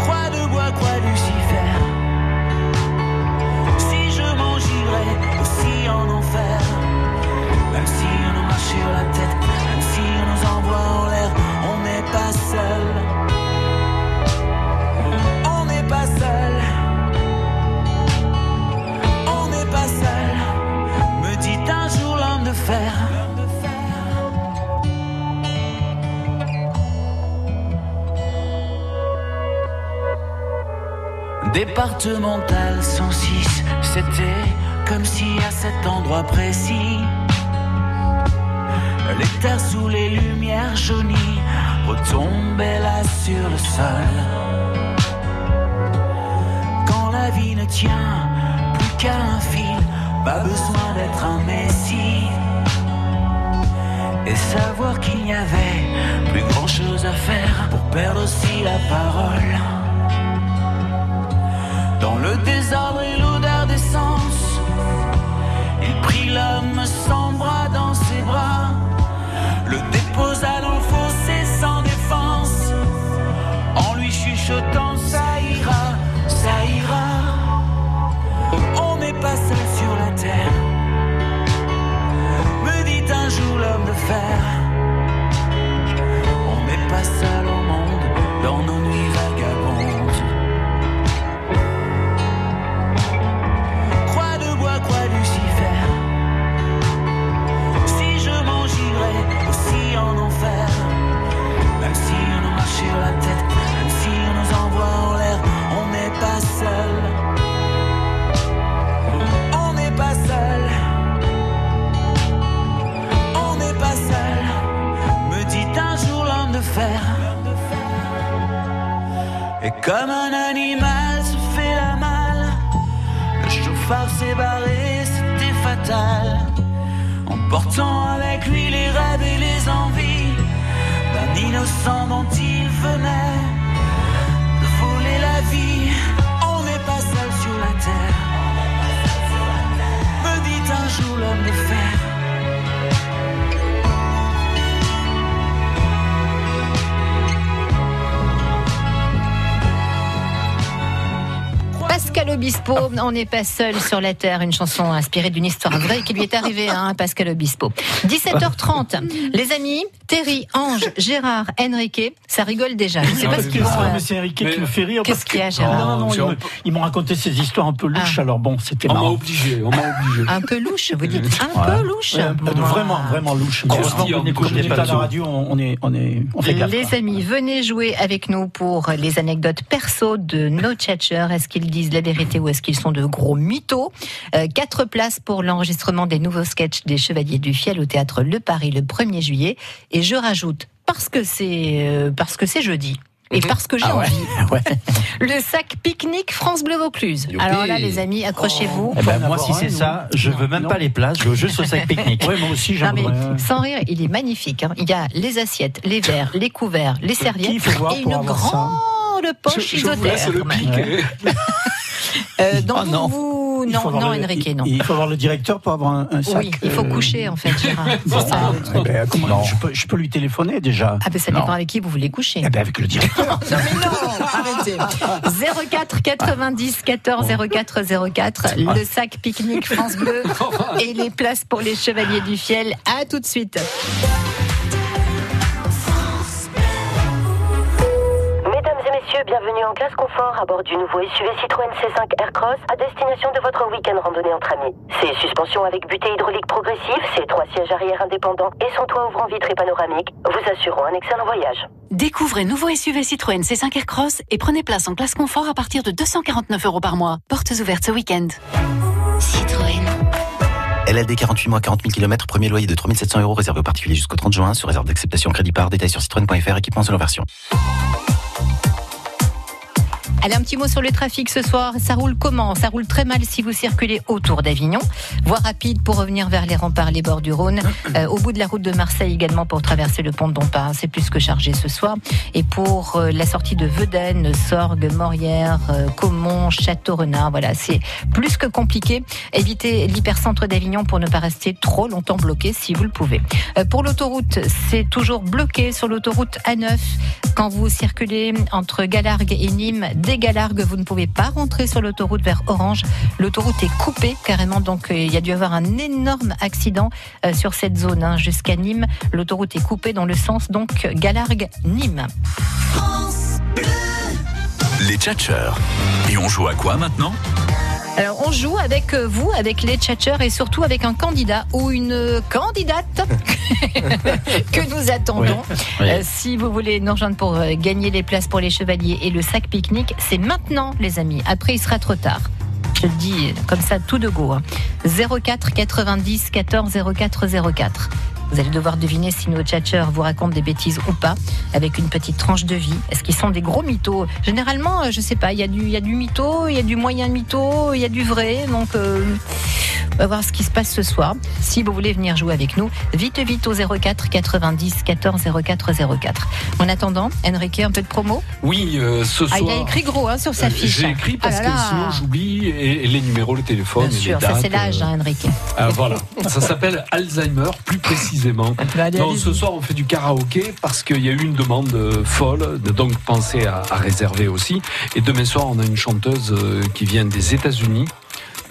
S12: Croix de bois, croix Lucifer. Si je m'enivrais aussi en enfer, même si on nous marche sur la tête, même si on nous envoie en l'air, on n'est pas seul. On n'est pas seul. On n'est pas seul. Me dit un jour l'homme de fer. Départemental 106, c'était comme si à cet endroit précis, les terres sous les lumières jaunies retombaient là sur le sol. Quand la vie ne tient plus qu'à un fil, pas besoin d'être un messie. Et savoir qu'il n'y avait plus grand chose à faire pour perdre aussi la parole. Dans le désordre et l'odeur d'essence, il prit l'homme sans bras dans ses bras, le déposa dans le fossé sans défense, en lui chuchotant ça ira, ça ira. On n'est pas seul sur la terre, me dit un jour l'homme de fer. On n'est pas seul au monde dans nos nuits vagabondes. Croix de bois, croix Lucifer. Si je m'enivrais aussi en enfer, même si on nous marche sur la tête, même si on nous envoie en l'air, on n'est pas seul. On n'est pas seul. On n'est pas seul. Me dit un jour l'homme de fer. Et comme un animal se fait la malle. Le chauffard s'est barré, c'était fatal. Emportant avec lui les rêves et les envies d'un innocent dont il venait de voler la vie. On n'est pas seul sur la terre. Me dit un jour l'homme de fer.
S4: Pascal Obispo, on n'est pas seul sur la terre, une chanson inspirée d'une histoire vraie qui lui est arrivée hein, à Pascal Obispo. 17h30, les amis, Terry, Ange, Gérard, Enrique, ça rigole déjà. Je ne sais
S8: Non,
S4: pas
S8: Ah, mais
S4: ce
S8: c'est
S4: qu'ils vont,
S8: ça,
S4: euh,
S8: mais c'est Enrique qui me fait rire.
S4: Qu'est-ce
S8: parce que-
S4: qu'il y a, Gérard Ah.
S8: Non, non,
S4: Non,
S8: non, ils
S4: Jean-
S8: me- ils m'ont raconté ces histoires un peu louches, alors bon, c'était
S5: On m'a
S8: marrant.
S5: obligé, on m'a obligé.
S4: Un peu louche, vous dites Un
S8: Ouais.
S4: peu louche
S8: Ouais, un peu- Vraiment, vraiment louche.
S5: Grosse
S8: Heureusement
S5: tille,
S8: qu'on est-
S5: on
S8: Comme on
S5: connaît
S8: est
S5: pas
S8: à
S5: tout.
S8: la radio, on on est, on est, on fait gaffe.
S4: Les amis, venez jouer avec nous pour les anecdotes perso de nos tchatcheurs. Est-ce qu'ils disent la vérité vérité ou est-ce qu'ils sont de gros mythos Euh, Quatre places pour l'enregistrement des nouveaux sketchs des Chevaliers du Fiel au théâtre Le Paris le 1er juillet. Et je rajoute, parce que c'est euh, parce que c'est jeudi. Et parce que j'ai
S7: Ah ouais,
S4: envie. Le sac pique-nique France Bleu Vaucluse. Alors là, les amis, accrochez-vous.
S7: Eh ben, moi, si c'est ça, je veux même pas les places, je veux juste au sac pique-nique.
S8: Oui, moi aussi,
S4: Non, mais sans rire, il est magnifique. hein. Il y a les assiettes, les verres, les couverts, les serviettes
S8: il faut voir
S4: et
S8: pour
S4: une
S8: avoir ça
S4: grande poche
S8: Je- je vous laisse le
S4: isotherme.
S8: pic. Ouais.
S4: Euh, donc
S8: Oh
S4: vous-
S8: non.
S4: vous-
S8: Il faut
S4: non,
S8: avoir
S4: non,
S8: le-
S4: Enrique, non.
S8: Il, il faut avoir le directeur pour avoir un, un sac.
S4: Oui, il faut
S8: euh,
S4: coucher en fait, Gérard. C'est ça.
S8: Eh ben, comment- je, peux, je peux lui téléphoner déjà.
S4: Ah ben ça
S8: Non.
S4: dépend avec qui vous voulez coucher.
S8: Eh ben, avec le directeur.
S4: Arrêtez. 04 90 14 04 04. Le sac pique-nique France Bleu et les places pour les chevaliers du fiel. À tout de suite.
S13: Mesdames et messieurs, bienvenue en classe confort à bord du nouveau SUV Citroën C5 Aircross à destination de votre week-end randonnée entre amis. Ses suspensions avec butée hydraulique progressive, ses trois sièges arrière indépendants et son toit ouvrant vitré panoramique vous assureront un excellent voyage.
S3: Découvrez nouveau SUV Citroën C5 Aircross et prenez place en classe confort à partir de 249 euros par mois. Portes ouvertes ce week-end.
S14: LLD 48 mois, 40 000 km, premier loyer de 3700 euros réservé aux particuliers jusqu'au 30 juin, sous réserve d'acceptation crédit par détail sur citroën.fr, équipement selon version.
S4: Allez, un petit mot sur le trafic ce soir. Ça roule comment Ça roule très mal si vous circulez autour d'Avignon. Voie rapide pour revenir vers les remparts, les bords du Rhône. Euh, au bout de la route de Marseille également pour traverser le pont de Dompin. C'est plus que chargé ce soir. Et pour euh, la sortie de Vedaine, Sorgue, Morière, euh, Caumont, Château-Renard, voilà, c'est plus que compliqué. Évitez l'hypercentre d'Avignon pour ne pas rester trop longtemps bloqué si vous le pouvez. Euh, pour l'autoroute, c'est toujours bloqué sur l'autoroute A9. Quand vous circulez entre Galargues et Nîmes, dès Galargues, vous ne pouvez pas rentrer sur l'autoroute vers Orange. L'autoroute est coupée carrément, donc euh, il y a dû avoir un énorme accident euh, sur cette zone hein, jusqu'à Nîmes. L'autoroute est coupée dans le sens donc Galargues-Nîmes.
S1: Les tchatcheurs. Et on joue à quoi maintenant
S4: Alors, on joue avec euh, vous, avec les tchatcheurs et surtout avec un candidat ou une euh, candidate que nous attendons.
S15: Oui. Oui.
S4: Euh, si vous voulez nous rejoindre pour euh, gagner les places pour les chevaliers et le sac pique-nique, c'est maintenant, les amis. Après, il sera trop tard. Je le dis euh, comme ça, tout de go. hein. 04 90 14 04 04. Vous allez devoir deviner si nos tchatcheurs vous racontent des bêtises ou pas, avec une petite tranche de vie. Est-ce qu'ils sont des gros mythos Généralement, euh, je sais pas, il y, a du- il y a du mytho, il y a du moyen mytho, il y a du vrai. Donc, euh, on va voir ce qui se passe ce soir. Si vous voulez venir jouer avec nous, vite, vite au 04 90 14 04 04. En attendant, Enrique, un peu de promo
S5: Oui, euh, ce
S4: Ah,
S5: soir.
S4: il a écrit gros hein, sur sa
S5: euh,
S4: fiche.
S5: J'ai écrit parce
S4: Ah là
S5: que
S4: là.
S5: sinon j'oublie et, et les numéros, le téléphone,
S4: Bien
S5: et les
S4: sûr, ça
S5: dates,
S4: c'est l'âge,
S5: euh,
S4: hein, Enrique.
S5: Ah, voilà, ça s'appelle Alzheimer plus précisément.
S4: Bah, allez,
S5: Non,
S4: allez-y.
S5: ce soir on fait du karaoké parce qu'il y a eu une demande euh, folle, de- donc pensez à, à réserver aussi. Et demain soir on a une chanteuse euh, qui vient des États-Unis.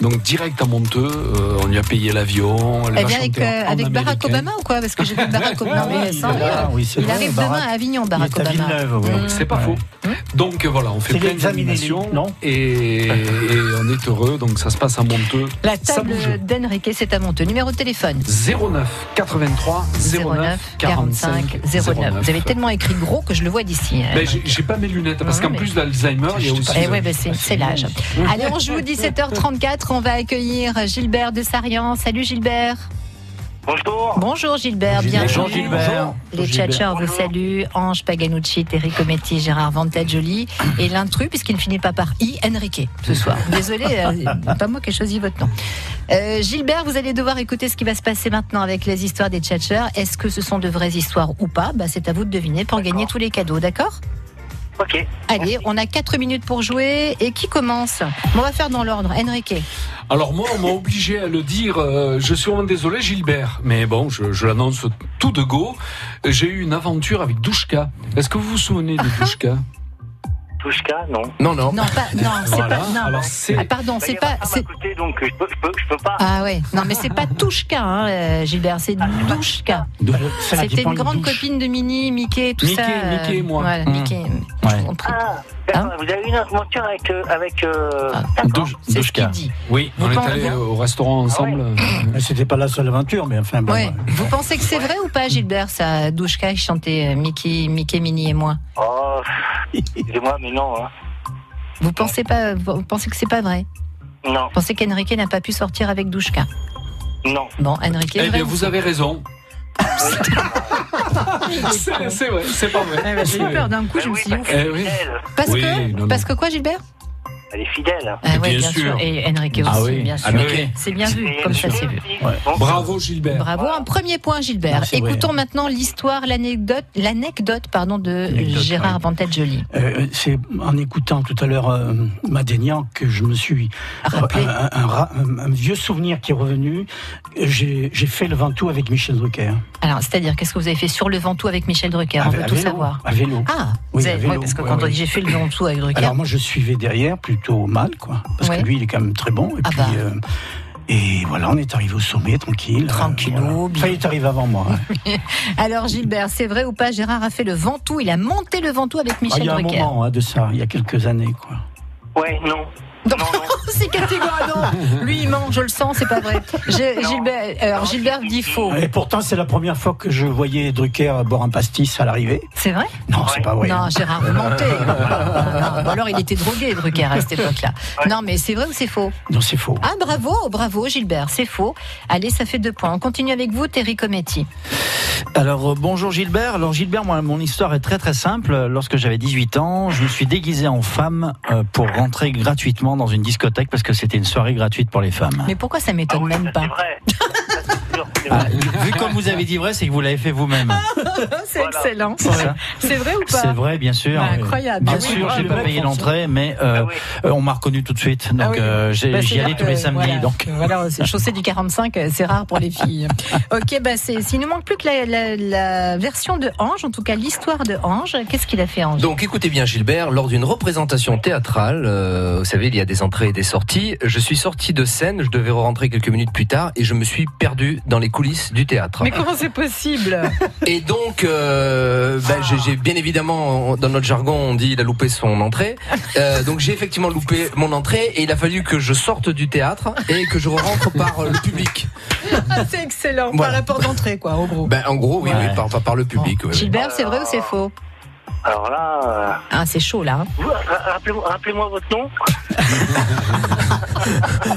S5: Donc direct à Monteux, euh, on lui a payé l'avion. Elle
S4: Elle
S5: va
S4: vient avec,
S5: chanter en-
S4: euh,
S5: en
S4: avec Barack
S5: américain.
S4: Obama ou quoi Parce que j'ai vu Barack Obama.
S5: Oui,
S4: mais sans
S5: il est
S4: rire.
S5: là, oui, c'est
S4: il
S5: vrai,
S4: arrive
S5: Barack.
S4: demain à Avignon, Barack
S5: à
S4: Obama.
S5: Donc,
S4: Mm.
S5: C'est pas faux. Donc euh, voilà, on fait
S8: C'est
S5: plein
S8: l'examiné,
S5: d'animations
S8: les- non
S5: et, et on est heureux. Donc ça se passe à Monteux.
S4: La
S5: Ça
S4: table
S5: bouge.
S4: d'Enrique, c'est à Monteux. Numéro de téléphone
S5: 09 83 09 45 09.
S4: Vous avez tellement écrit gros que je le vois d'ici. hein.
S5: Ben, j'ai- J'ai pas mes lunettes parce
S4: Ouais,
S5: qu'en
S4: mais-
S5: plus d'Alzheimer, il y a aussi.
S4: Eh ouais, ben, c'est c'est l'âge. Allez, on joue 17h34. On va accueillir Gilbert de Sarian. Salut Gilbert.
S11: Bonjour.
S4: Bonjour Gilbert,
S7: Bonjour,
S4: bienvenue.
S7: Bonjour, Gilbert.
S4: Les tchatcheurs vous saluent. Ange Paganucci, Terry Cometti, Gérard Vantage Joly et l'intrus, puisqu'il ne finit pas par I, Enrique, ce soir. Désolé, euh, pas moi qui ai choisi votre nom. Euh, Gilbert, vous allez devoir écouter ce qui va se passer maintenant avec les histoires des tchatcheurs. Est-ce que ce sont de vraies histoires ou pas bah, C'est à vous de deviner pour gagner tous les cadeaux, d'accord
S11: Ok.
S4: Allez, on a 4 minutes pour jouer. Et qui commence On va faire dans l'ordre. Enrique.
S5: Alors moi, on m'a obligé à le dire. euh, je suis vraiment désolé, Gilbert, mais bon, je, je l'annonce tout de go. J'ai eu une aventure avec Douchka. Est-ce que vous vous souvenez de Douchka
S11: Touchka, non.
S5: Non, non.
S4: Non, pas, non, c'est
S5: Voilà.
S4: pas. Non.
S5: Alors, c'est-
S4: Ah, pardon, c'est pas. c'est-
S11: Écoutez, donc, je peux, je peux, je peux pas.
S4: Ah ouais, non mais c'est pas Touchka, hein, euh, Gilbert, c'est Douchka.
S8: ah,
S4: C'était une grande copine de Mini, Mickey, tout
S11: Mickey,
S4: ça. euh,
S11: Mickey et moi.
S4: Voilà,
S11: Mm.
S4: Mickey. Hein
S11: Ah, d'accord, vous avez eu une aventure avec. euh, avec euh,
S4: Ah,
S5: Douchka. Oui,
S11: Vous
S5: on est
S11: parlez
S5: allé
S11: bien
S5: au
S11: Ah
S5: restaurant ensemble.
S8: Mais C'était pas la seule aventure, mais enfin bon.
S4: Ouais. Vous pensez que c'est vrai ou pas, Gilbert, ça Douchka qui chantait euh, Mickey, Mickey, Mini et moi
S11: Oh, excusez-moi, mais non. hein.
S4: Vous pensez pas, vous pensez que c'est pas vrai
S11: Non.
S4: Vous pensez qu'Enrique n'a pas pu sortir avec Douchka
S11: Non.
S4: Bon, Enrique.
S5: Eh bien,
S4: vraiment,
S5: vous avez raison. C'est c'est vrai, c'est pas vrai.
S4: Eh ben, J'ai eu peur d'un coup, je me suis dit ouf.
S5: Eh oui.
S4: Parce
S5: Oui,
S4: que,
S5: non, non.
S4: parce que quoi, Gilbert
S11: Elle est fidèle.
S4: Ah ouais, bien sûr. Et Enrique aussi,
S5: Ah oui,
S4: bien sûr.
S5: Enrique.
S4: C'est bien vu, comme ça c'est vu.
S5: Bravo Gilbert.
S4: Bravo, un premier point Gilbert.
S5: Merci, oui.
S4: Écoutons maintenant l'histoire, l'anecdote, l'anecdote pardon de
S8: L'anecdote,
S4: Gérard Vantel Joly.
S8: Euh, c'est en écoutant tout à l'heure euh, Madénian que je me suis euh,
S4: Rappelé.
S8: un, un- un ra- un- un vieux souvenir qui est revenu. J'ai j'ai fait le Ventoux avec Michel Drucker.
S4: Alors, c'est-à-dire, qu'est-ce que vous avez fait sur le Ventoux avec Michel Drucker On
S8: À-
S4: veut
S8: à
S4: tout
S8: vélo,
S4: savoir.
S8: À vélo.
S4: Ah,
S8: Oui,
S4: vous
S8: à
S4: avez-
S8: vélo,
S4: ouais, parce que
S8: ouais,
S4: quand on
S8: ouais.
S4: dit j'ai fait le Ventoux avec Drucker,
S8: Alors moi je suivais derrière plutôt mal quoi,
S4: Ouais. Ah
S8: parce
S4: bah.
S8: que lui il est quand même très bon. Et puis euh, et voilà, on est arrivé au sommet tranquille. Tranquille. Ça il est arrivé avant moi. hein.
S4: Alors Gilbert, c'est vrai ou pas Gérard a fait le Ventoux, il a monté le Ventoux avec
S8: Ah, il
S4: Michel
S8: y a un
S4: Drucker.
S8: moment hein, de ça, il y a quelques années quoi.
S11: Ouais, non.
S4: c'est catégorique. Non, lui il ment, je le sens, c'est pas vrai. J'ai- Gilbert, alors Gilbert dit faux.
S8: Et pourtant c'est la première fois que je voyais Drucker boire un pastis à l'arrivée.
S4: C'est vrai
S8: Non, c'est pas vrai.
S4: Non, Gérard, vous mentez. Ah, Ou alors il était drogué, Drucker, à cette époque-là. Non, mais c'est vrai ou c'est faux
S8: Non, c'est faux.
S4: Ah, bravo, bravo, Gilbert, c'est faux. Allez, ça fait deux points. On continue avec vous, Terry Cometti.
S7: Alors euh, bonjour Gilbert. Alors Gilbert, moi, mon histoire est très très simple. Lorsque j'avais 18 ans, je me suis déguisé en femme euh, pour rentrer gratuitement dans une discothèque parce que c'était une soirée gratuite pour les femmes.
S4: Mais pourquoi ça m'étonne même pas
S7: Ah, vu comme vous avez dit vrai, c'est que vous l'avez fait vous-même.
S4: Oh, C'est excellent.
S7: C'est ça.
S4: Ah, C'est vrai ou pas
S7: C'est vrai, bien sûr.
S4: Bah, incroyable.
S7: Bien
S4: Ah oui,
S7: sûr,
S4: ah,
S7: j'ai
S4: le
S7: pas
S4: mec
S7: payé
S4: fonctionne.
S7: l'entrée, mais euh, euh, on m'a reconnu tout de suite. Donc euh, j'ai-
S4: Bah,
S7: j'y
S4: c'est-à-dire
S7: allais tous les
S4: que,
S7: samedis.
S4: voilà, Euh,
S7: donc.
S4: Voilà, c'est chaussée du 45, euh, c'est rare pour les filles. ok, bah c'est. S'il nous manque plus que la, la- la version de Ange, en tout cas l'histoire de Ange, qu'est-ce qu'il a fait Ange
S6: Donc écoutez bien Gilbert, lors d'une représentation théâtrale, euh, vous savez, il y a des entrées et des sorties, je suis sorti de scène, je devais rentrer quelques minutes plus tard et je me suis perdu dans les coulisses du théâtre.
S4: Mais comment c'est possible
S6: Et donc, euh, bah, j'ai- j'ai bien évidemment, on- dans notre jargon, on dit il a loupé son entrée. Euh, donc j'ai effectivement loupé mon entrée et il a fallu que je sorte du théâtre et que je rentre par euh, le public.
S4: Ah, C'est excellent,
S6: Voilà.
S4: par la porte d'entrée, quoi, en gros.
S7: Bah,
S6: Ben, en gros, oui, oui, par, par- par le public. ouais, ouais.
S4: Gilbert, c'est vrai ou c'est faux
S11: Alors là. euh,
S4: Ah, c'est chaud là. hein.
S11: vous- ra- rappelez-moi- Rappelez-moi votre nom.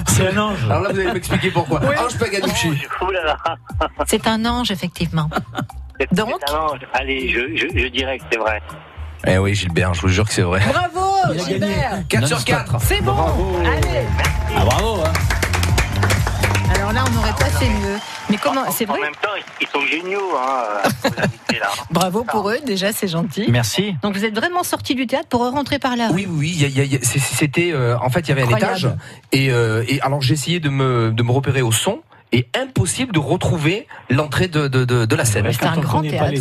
S8: C'est un
S4: Ah.
S8: ange.
S6: Alors là, vous allez m'expliquer pourquoi. Ange Paganucci.
S11: Oh,
S4: C'est un ange, effectivement. Donc
S11: Allez, je, je, je dirais que c'est vrai.
S6: Eh oui, Gilbert, je vous jure que c'est vrai.
S4: Bravo,
S6: Il a
S4: Gilbert
S6: 4 sur 4.
S4: C'est bon Allez
S6: Ah bravo. hein.
S4: Alors là, on n'aurait pas fait mieux. Mais comment C'est vrai
S11: Ils sont géniaux, hein. euh, vos invités, là.
S4: Bravo pour eux, déjà, c'est gentil.
S7: Merci.
S4: Donc vous êtes vraiment sorti du théâtre pour rentrer par là
S6: Oui, oui, il y a- il y a- il y a- c'est- c'était euh, en fait il y avait un
S4: Incroyable.
S6: étage et, euh, et alors j'ai essayé de me de me repérer au son et impossible de retrouver l'entrée de, de, de, de la scène.
S4: C'est un grand théâtre.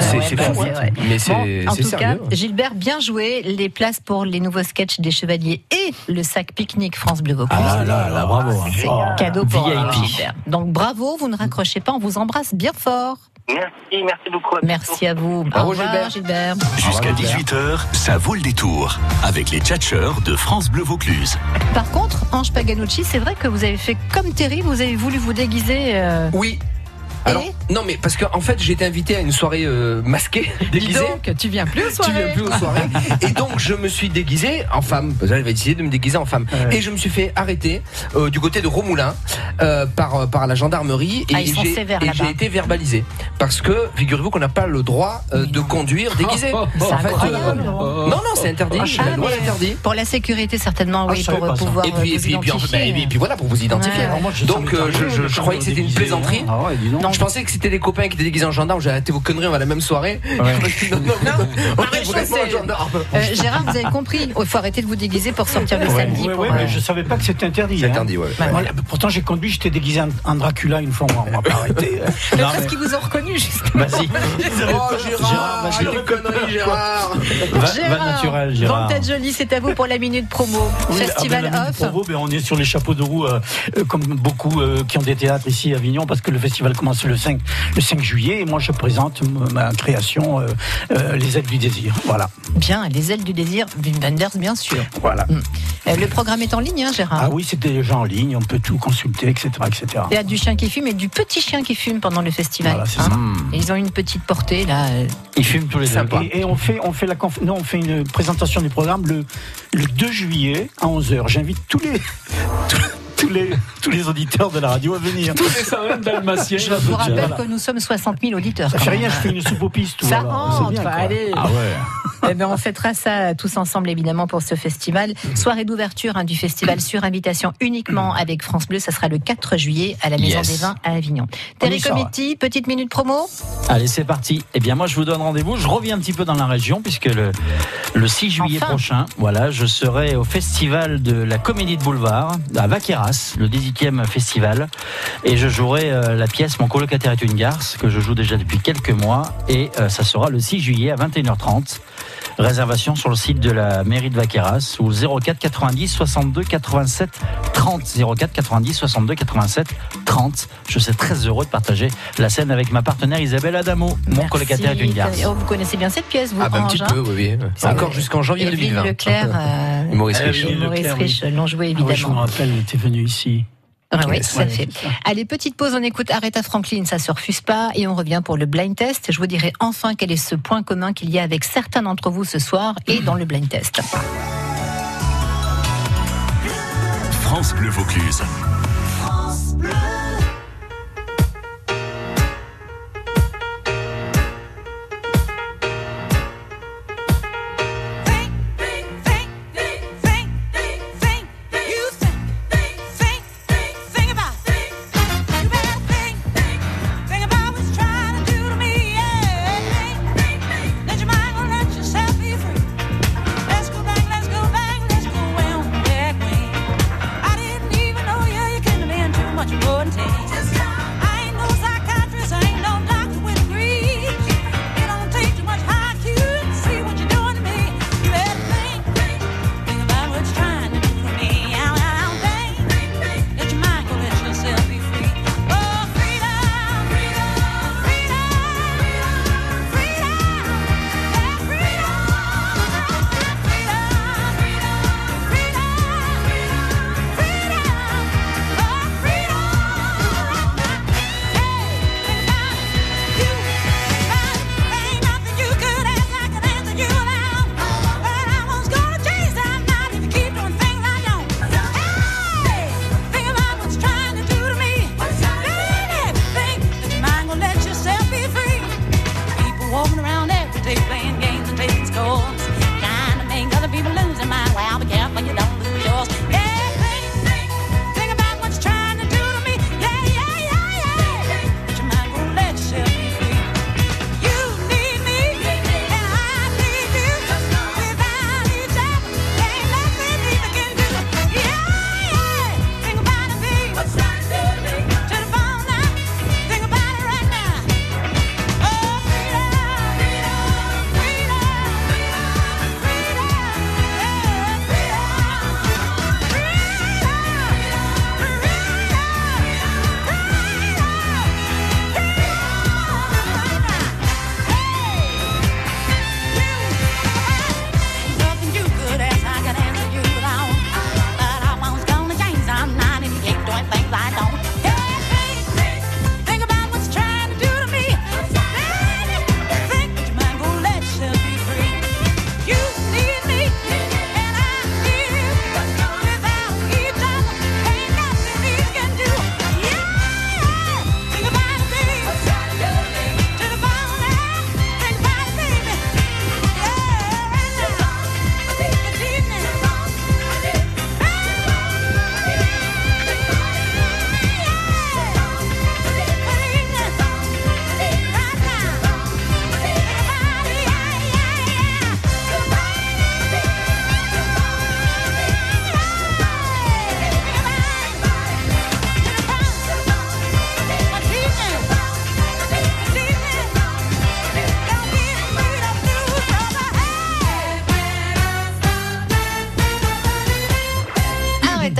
S6: C'est
S4: Ouais,
S6: c'est
S4: bah,
S6: fou,
S4: c'est
S6: hein.
S4: vrai. Bon,
S6: mais c'est
S4: en
S6: c'est
S4: tout
S6: sérieux. hein.
S4: cas, Gilbert, bien joué. Les places pour les nouveaux sketchs des Chevaliers et le sac pique-nique France Bleu Vaucluse.
S7: Ah là là, bravo. hein.
S4: C'est
S7: Oh.
S4: cadeau pour euh,
S7: VIP.
S4: Gilbert. Donc bravo, vous ne raccrochez pas, on vous embrasse bien fort.
S11: Merci, merci beaucoup.
S4: Merci à vous. Au
S1: Bravo,
S4: revoir, Gilbert.
S1: Jusqu'à 18h, ça vaut le détour avec les tchatcheurs de France Bleu Vaucluse.
S4: Par contre, Ange Paganucci, c'est vrai que vous avez fait comme Terry, vous avez voulu vous déguiser. euh,
S6: Oui. Alors, non, mais parce qu'en en fait, j'ai été invité à une soirée euh, masquée, déguisée.
S4: donc, tu viens plus aux
S6: Tu viens
S4: soirées.
S6: plus aux soirées. Et donc, je me suis déguisé en femme. J'avais décidé de me déguiser en femme. Et je me suis fait arrêter euh, du côté de Romoulin euh, par, par la gendarmerie. Et
S4: Ah, ils sont
S6: j'ai-
S4: sévères
S6: et
S4: là-bas.
S6: j'ai été verbalisé. Parce que, figurez-vous qu'on n'a pas le droit euh, de conduire déguisé.
S5: Oh, oh, oh,
S6: En
S5: c'est
S6: fait, euh,
S5: incroyable.
S6: non, non, c'est interdit.
S4: oh. Ah,
S6: la loi
S4: mais
S6: l'interdit.
S4: Pour la sécurité,
S6: Ah,
S4: certainement, oui, pour pouvoir
S6: et puis,
S4: euh,
S6: et
S4: vous
S6: puis, et puis, en fait, bah,
S4: identifier.
S6: et puis- et puis voilà, pour vous identifier.
S4: Ouais. Alors moi, je
S6: donc,
S4: savais
S6: euh,
S4: pas
S6: je,
S4: que
S6: je-
S4: les
S6: je croyais que c'était une plaisanterie.
S4: hein.
S8: Ah
S6: Je pensais que c'était des copains qui étaient déguisés en gendarme. J'ai arrêté vos conneries, on va à la même soirée. Je me suis dit, non, non, on est vraiment
S4: chaussée.
S6: gendarme.
S4: Euh, Gérard, vous avez compris, il faut arrêter de vous déguiser pour sortir le
S8: Ouais,
S4: samedi.
S8: ouais,
S4: pour,
S8: ouais,
S4: euh,
S8: mais je savais pas que c'était interdit. hein.
S6: interdit, ouais.
S4: Bah,
S8: Moi, pourtant, j'ai conduit, j'étais déguisé en, en Dracula une fois, moi, on m'a pas arrêté.
S4: Mais
S8: Non,
S4: parce
S8: mais-
S4: qu'ils vous ont reconnu, justement.
S7: Vas-y.
S6: Oh,
S7: bah,
S6: Gérard, arrête tes conneries, Gérard.
S7: Va- va naturel, Gérard.
S4: Vantage Jolie, c'est à vous pour la minute promo.
S8: Oui,
S4: Festival
S8: ah ben, la minute
S4: off.
S8: promo, ben, on est sur les chapeaux de roue, euh, euh, comme beaucoup euh, qui ont des théâtres ici à Avignon, parce que le festival commence c'est le 5, le 5 juillet, et moi je présente m- ma création euh, euh, Les ailes du désir. Voilà.
S4: Bien, les ailes du désir, Wim Wenders, bien sûr.
S8: Voilà.
S4: Euh, Le programme est en ligne, hein, Gérard.
S8: Ah oui, c'était déjà en ligne, on peut tout consulter, etc. etc.
S4: Il y a du chien qui fume et du petit chien qui fume pendant le festival. Hein
S8: Voilà, c'est ça.
S4: Et ils ont une petite portée là. euh.
S7: Ils fument tous les
S4: Sympa.
S8: Et, et on fait, on fait la conf- non, on fait une présentation du programme le, le 2 juillet à 11h. J'invite tous les, tous, tous les, tous les auditeurs de la radio à venir.
S5: Tous les savants dalmatiens.
S4: Je vous rappelle
S8: Voilà.
S4: que nous sommes 60 000 auditeurs.
S8: Ça
S4: quand
S8: fait
S4: même.
S8: rien, je fais une soupe aux pistes.
S4: Ça
S8: voilà. C'est
S4: rentre,
S8: bien, quoi.
S4: allez.
S7: Ah
S4: Eh ben, on fêtera ça tous ensemble évidemment pour ce festival. Soirée d'ouverture hein, du festival sur invitation uniquement avec France Bleu. Ça sera le 4 juillet à la Maison
S7: Yes.
S4: des Vins à Avignon.
S7: On
S4: Terry
S7: y sera.
S4: Cometti, petite minute promo.
S7: Allez, c'est parti. Eh bien, moi, je vous donne rendez-vous. Je reviens un petit peu dans la région, puisque le, le 6 juillet
S4: Enfin.
S7: prochain, voilà, je serai au festival de la comédie de boulevard, à Vaqueras, le 18e festival. Et je jouerai euh, la pièce Mon colocataire est une garce, que je joue déjà depuis quelques mois. Et euh, ça sera le 6 juillet à 21h30. Réservation sur le site de la mairie de Vaqueras ou 04 90 62 87 30. 04 90 62 87 30. Je suis très heureux de partager la scène avec ma partenaire Isabelle Adamo, mon colocataire est une garce.
S4: Terry- oh, vous connaissez bien cette pièce, vous
S7: Ah, bah, un
S4: Ange,
S7: petit
S4: hein
S7: peu, oui, oui.
S4: Parce
S7: Encore
S4: que
S7: jusqu'en janvier
S4: Evelyne
S7: 2020.
S4: Leclerc, euh,
S7: Humoriste
S6: Eh
S7: riche.
S4: Evelyne
S7: Humoriste
S4: Leclerc,
S7: riche,
S4: oui. l'ont joué
S8: Ah ouais, je me
S4: évidemment.
S8: rappelle, il était venu ici.
S4: Ah oui, tout à
S8: Ouais,
S4: fait. Allez, petite pause, on écoute Aretha Franklin, ça se refuse pas, et on revient pour le blind test. Je vous dirai enfin quel est ce point commun qu'il y a avec certains d'entre vous ce soir et dans le blind test.
S1: France Bleu Vaucluse.
S12: Let's go back, let's go back, let's go round that way. I didn't even know you, you Oh,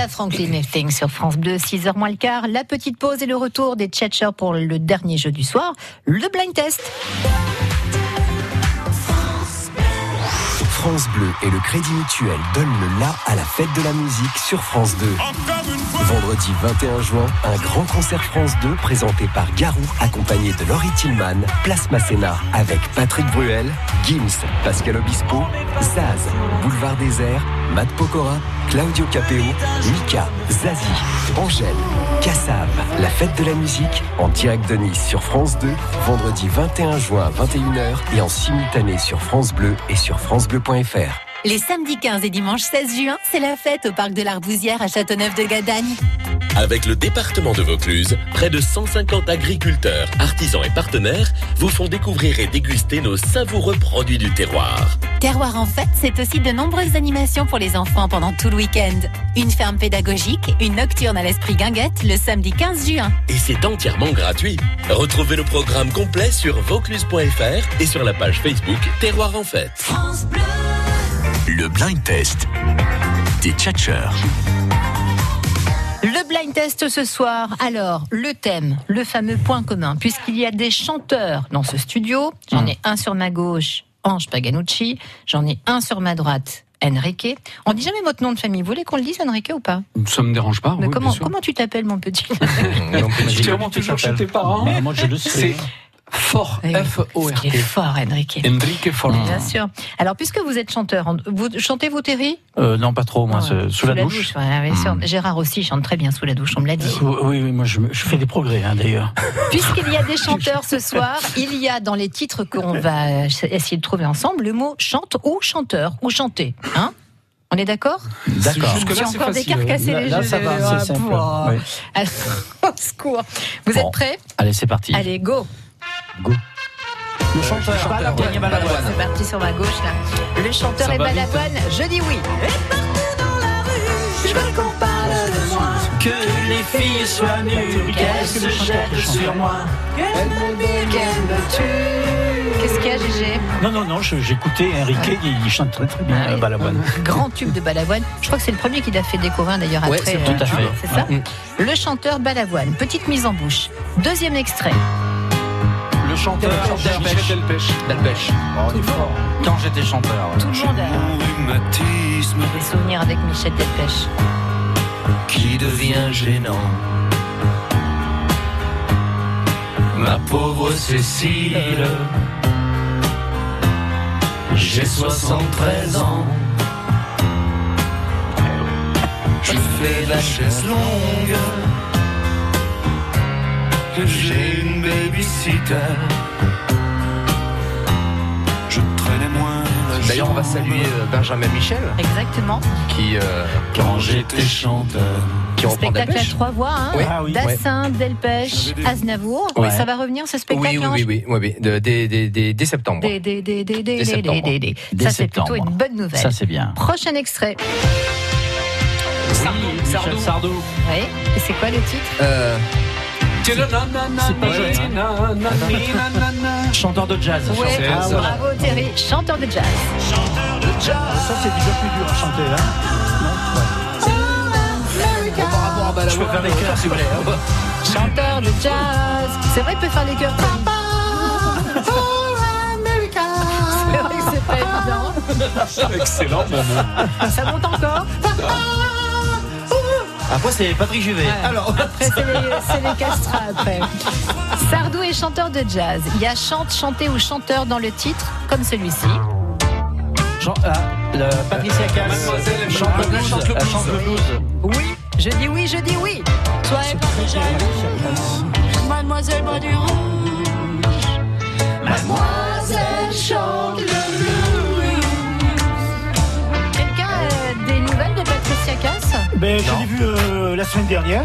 S4: Franklin et Thing sur France 2, 6h moins le quart. La petite pause et le retour des tchatchers pour le dernier jeu du soir, le blind test.
S15: France Bleu et le Crédit Mutuel donnent le la à la fête de la musique sur France 2. Vendredi 21 juin, un grand concert France 2 présenté par Garou, accompagné de Laurie Tillman, Place Masséna, avec Patrick Bruel, Gims, Pascal Obispo, Zaz, Boulevard Désert, Matt Pokora, Claudio Capeo, Mika, Zazie, Angèle, Cassave. La fête de la musique en direct de Nice sur France 2, vendredi 21 juin à 21h et en simultané sur France Bleu et sur francebleu.fr.
S16: Les samedis 15 et dimanche 16 juin, c'est la fête au parc de l'Arbousière à Châteauneuf-de-Gadagne.
S17: Avec le département de Vaucluse, près de 150 agriculteurs, artisans et partenaires vous font découvrir et déguster nos savoureux produits du terroir.
S16: Terroir en fête, c'est aussi de nombreuses animations pour les enfants pendant tout le week-end. Une ferme pédagogique, une nocturne à l'esprit guinguette le samedi 15 juin.
S17: Et c'est entièrement gratuit. Retrouvez le programme complet sur vaucluse.fr et sur la page Facebook Terroir en fête.
S1: Le blind test des tchatcheurs.
S4: Le blind test ce soir. Alors, le thème, le fameux point commun, puisqu'il y a des chanteurs dans ce studio. J'en
S5: Mmh.
S4: ai un sur ma gauche, Ange Paganucci. J'en ai un sur ma droite, Enrique. On dit jamais votre nom de famille. Vous voulez qu'on le dise, Enrique, ou pas
S5: Ça me dérange pas.
S4: Mais
S5: oui,
S4: comment,
S5: bien sûr.
S4: comment tu t'appelles, mon petit
S5: Je te remonte toujours chez tes parents.
S8: moi, je le sais.
S5: C'est fort.
S4: Eh,
S5: F-O-R-T.
S4: fort, Enrique.
S5: Enrique fort.
S4: Bien sûr. Alors, puisque vous êtes chanteur, en- vous chantez vos théories
S7: Euh, non, pas trop,
S4: Ah,
S7: moi, c'est- sous, la, douche. Hmm.
S4: ouais, bien sûr. Gérard aussi chante très bien sous la douche, on me l'a dit.
S8: Euh, Oui, oui, moi je, me- je fais des progrès hein, d'ailleurs.
S4: Puisqu'il y a des chanteurs ce soir, il y a dans les titres qu'on va euh, essayer de trouver ensemble le mot chante ou chanteur ou chanter. Hein on est d'accord
S7: D'accord.
S4: J'ai
S7: Jusque-là, c'est
S4: encore
S7: facile.
S4: décarcassé
S7: Là-
S4: les
S7: là,
S4: jeux.
S7: ça va,
S4: Ah,
S7: c'est simple.
S4: pouah.
S7: Oui.
S4: Alors, Au secours. Vous êtes prêts
S7: Allez, c'est parti.
S4: Allez, go
S7: Le chanteur.
S4: Ouais, C'est parti sur ma gauche là. Le chanteur
S7: Ça
S4: est
S7: va vite,
S4: balavoine, je dis oui. Et partout dans la rue, je veux qu'on parle de moi.
S12: Que les filles soient nues, qu'elles se jettent sur moi.
S4: Qu'elle me baigne, qu'elle me tue. Qu'est-ce qu'il y a, Gégé
S8: Non, non, non, je- j'écoutais Enrique, il, il chante très très bien
S4: Ah
S8: euh, Balavoine.
S4: Grand tube de Balavoine. Je crois que c'est le premier qu'il a fait découvrir d'ailleurs après.
S8: Ouais, c'est
S4: euh,
S8: tout à fait.
S4: C'est ça Le chanteur Balavoine. Petite mise en bouche. Deuxième extrait.
S7: Le chanteur, Delpech. Delpech. Oh, il est fort. Quand j'étais chanteur.
S4: Tout le monde a Ah, des souvenirs avec Michel Delpech.
S12: qui devient gênant. Ma pauvre Cécile, j'ai 73 ans. Je fais la chaise longue, j'ai une babysitter. Je traînais moins la
S6: D'ailleurs, on va saluer euh, Benjamin Michel
S4: Exactement.
S6: qui, euh, quand j'étais chanteur, qui reprend la
S4: Spectacle à
S6: pêche.
S4: trois voix. Hein
S6: Oui. Ah oui.
S4: Dassin, Delpech, Aznavour.
S6: Ouais.
S4: Ça va revenir ce spectacle
S6: Oui, oui,
S4: Ange
S6: oui, oui, oui, oui, de- dès- dès- dès- dès septembre.
S4: Des, des, des, des, des,
S6: Dès
S4: des,
S6: septembre.
S4: des, des, des.
S6: Dès
S4: Ça, c'est plutôt
S6: septembre.
S4: une bonne nouvelle.
S6: Ça, c'est bien.
S4: Prochain extrait.
S5: Sardou, Sardou. Sardou.
S4: Oui. Et c'est quoi le titre
S6: Euh, hein,
S4: hein.
S7: Chanteur de jazz.
S4: Ouais,
S7: chanteur. Ah, voilà.
S4: bravo Thierry, chanteur de jazz. Chanteur de jazz.
S8: Ça c'est déjà plus dur à chanter hein.
S6: Je peux faire les cœurs, s'il vous plaît.
S4: Chanteur de jazz. C'est vrai, il peut faire les chœurs. C'est vrai que c'est pas évident.
S5: Excellent,
S4: Ça monte encore.
S7: Après, c'est Patrick Juvet. Alors.
S4: Après, c'est les, c'est les castrats après. Sardou est chanteur de jazz. Il y a chante, chanter ou chanteur dans le titre, comme celui-ci.
S7: Jean- ah, le- Patricia Cass.
S6: Mademoiselle,
S7: Chante le
S12: Ah,
S7: blues.
S6: chante le
S7: Elle chante le blues.
S4: Oui, je dis oui, je dis oui. Toi et Paris jaloux. Mademoiselle boit du rouge. Mademoiselle chante le blues. Quelqu'un a des nouvelles de Patricia Cass
S8: Ben, je l'ai vu euh, la semaine dernière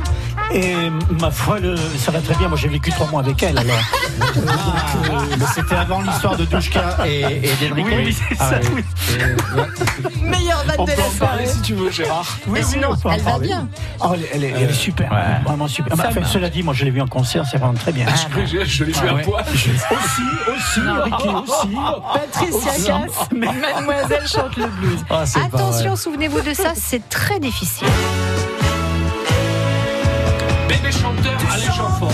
S8: et ma foi, le- ça va très bien. Moi j'ai vécu trois mois avec elle alors.
S7: Mais c'était avant l'histoire de Douchka et, Ah et d'Enrique.
S8: Oui, oui, c'est ça, oui.
S4: Meilleure vanne
S8: On
S4: de
S8: peut
S4: la
S8: en parler
S4: soirée.
S8: si
S5: tu veux, Gérard.
S8: Oui,
S4: Mais
S8: oui,
S4: sinon,
S8: on peut en
S4: elle va
S8: parler.
S4: bien.
S8: Oh, elle, elle est, elle est super, vraiment super.
S5: Ça
S8: Enfin,
S5: marche.
S8: cela dit, moi je l'ai vu en concert, c'est vraiment très bien.
S12: Ah.
S5: Je, je l'ai vu à
S8: Ouais.
S5: poil.
S8: Aussi, aussi, Ricky aussi.
S4: Patricia
S8: Aussi. hein.
S4: Cass, Mademoiselle chante le blues.
S8: Ah, c'est pas
S4: Attention,
S8: vrai.
S4: souvenez-vous de ça, c'est très difficile.
S18: avec les chanteurs Alain Chanfort.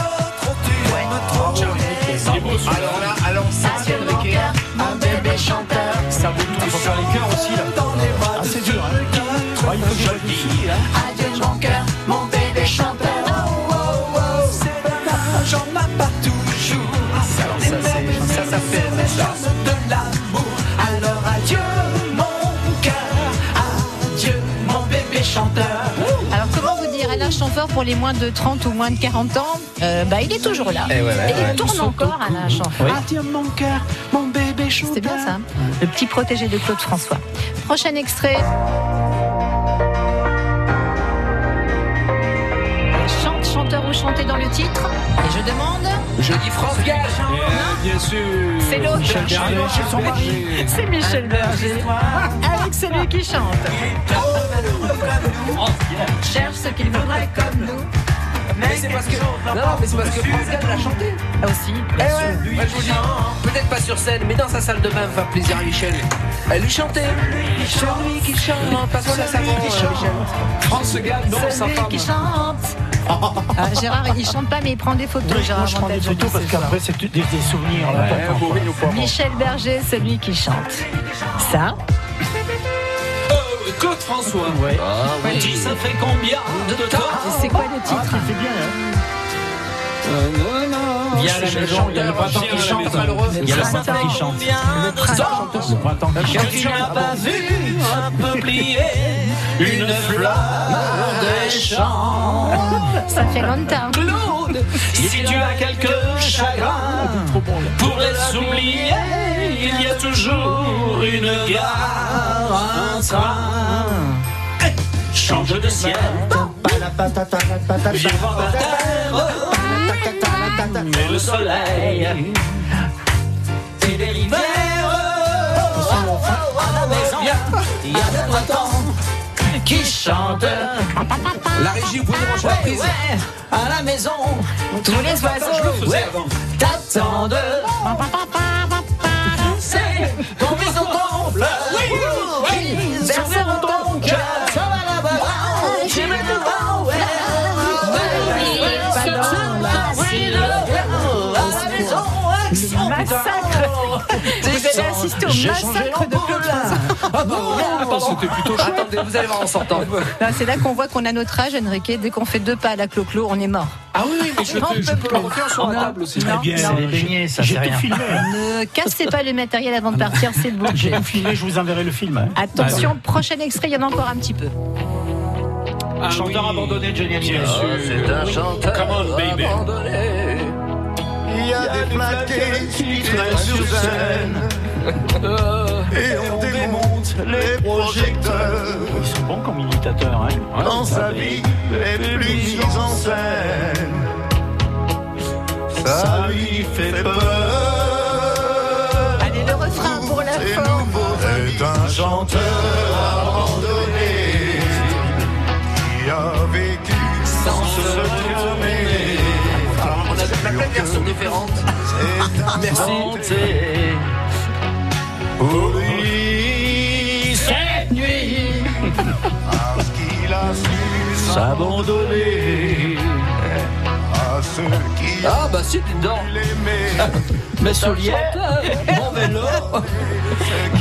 S12: Alors là, alors ça vient de cœur, un bébé chanteur. Ça vaut
S8: Ah,
S12: tout. faut faire les cœurs aussi là. Dans les bras c'est dur.
S8: hein.
S12: Je le dis. Adieu mon cœur, mon bébé chanteur. Oh, oh, oh, c'est pas mal. J'en ai pas toujours. Des merveilles, Ça s'appelle les choses de l'amour. Alors adieu mon cœur, adieu mon bébé chanteur.
S4: Alors comment vous dire Alain Chanfort pour les moins de 30 ou moins de 40 ans Euh, Bah il est toujours là.
S6: Eh ouais, ouais,
S4: Et
S6: ouais.
S4: il tourne encore Alain Chanfort.
S6: Oui.
S4: Adieu mon cœur, mon bébé chanteur. C'est bien ça. hein. Le petit protégé de Claude François. Prochain extrait. Chante, chanteur ou chanté dans le titre. Et je demande.
S6: Je dis France Gall.
S18: bien sûr.
S4: C'est l'autre.
S18: Michel Berger, son mari.
S4: C'est Michel Berger. Avec celui qui chante. Cherche ce qu'il voudrait comme nous.
S6: Mais c'est parce que. Non, mais c'est parce que France Gall l'a chanté.
S4: Aussi.
S6: Eh ouais, moi, je vous dis, peut-être pas sur scène, mais dans sa salle de bain, va plaisir à Michel. Elle lui chantait. Celui qui chante, pas sur la salle de bain, euh, Michel.
S18: France Gall, non, sa
S4: Celui
S18: femme.
S4: qui chante. Ah, Gérard, il chante pas, mais il prend des photos.
S8: Oui,
S4: Gérard
S8: moi, je prends des
S4: Montel,
S8: photos
S4: dis
S8: parce
S4: ce
S8: qu'après, c'est des, des souvenirs. là, pas tant, quoi.
S4: soir. Michel Berger, celui qui chante. Ça,
S18: Euh, Claude François. Ah,
S4: oui. Ah,
S18: Dis, ça fait combien de temps
S4: c'est quoi le titre
S8: hein.
S18: Il y a la maison, il y a le printemps qui chante, malheureux.
S7: Il y a le printemps qui chante.
S12: Le printemps.
S7: Le printemps qui
S12: Que tu n'as pas vu un peuplier, une fleur des champs.
S4: Ça fait longtemps.
S12: Claude, si tu as quelques chagrins, pour les oublier, il y a toujours une gare, un train. Eh, Change de ciel, viens voir la terre, mais le soleil et les rivières. Oh, À la maison, il y a le printemps qui chante.
S6: La régie, vous pouvez brancher la prise.
S12: À la maison, tous les oiseaux ouais, t'attendent. C'est ton bison ton fleur. Oui, oui, verseront ton cœur. Ah, Ça va là-bas, tu me comprends, ouais. Oui, ce soir-là,
S4: Bah,
S12: c'est le roi à la maison, ouais.
S4: Le massacre Vous avez assisté au
S12: J'ai
S4: massacre de Claude François.
S6: c'était plutôt chaud. Attendez, vous allez voir en sortant.
S4: Non, Bah, C'est là qu'on voit qu'on a notre âge, Enrique. Dès qu'on fait deux pas à la clo-clo, on est mort.
S18: Ah oui, oui, mais je,
S4: On
S18: te- je
S4: peut
S18: peux
S4: plus.
S18: le refaire sur la table aussi.
S7: Eh bien, c'est les beignets, ça, c'est rien.
S4: Ne cassez pas le matériel avant
S18: Ah
S4: de partir, c'est le
S8: hein. J'ai
S4: bouquet.
S8: tout filmé, je vous enverrai le film. hein.
S4: Attention, prochain extrait, il y en a encore un petit peu.
S7: Ah, Chanteur abandonné de Johnny Hallyday.
S6: C'est un chanteur abandonné.
S12: Il y a des plaquettes qui traînent sur scène. Et on démonte les projecteurs.
S8: Ils sont bons comme imitateurs. Hein.
S12: Dans sa vie, les plus mises en scène. Ça lui fait peur.
S4: Allez, le refrain pour la forme.
S12: est un chanteur abandonné qui a vécu sans se retourner.
S4: Ah,
S6: On a la pleine version différente. Merci.
S12: Pour lui, cette nuit, parce qu'il a su s'abandonner à ceux qui
S6: Ah bah si, dedans.
S12: l'aimaient.
S6: Mais Solier,
S12: mon vélo.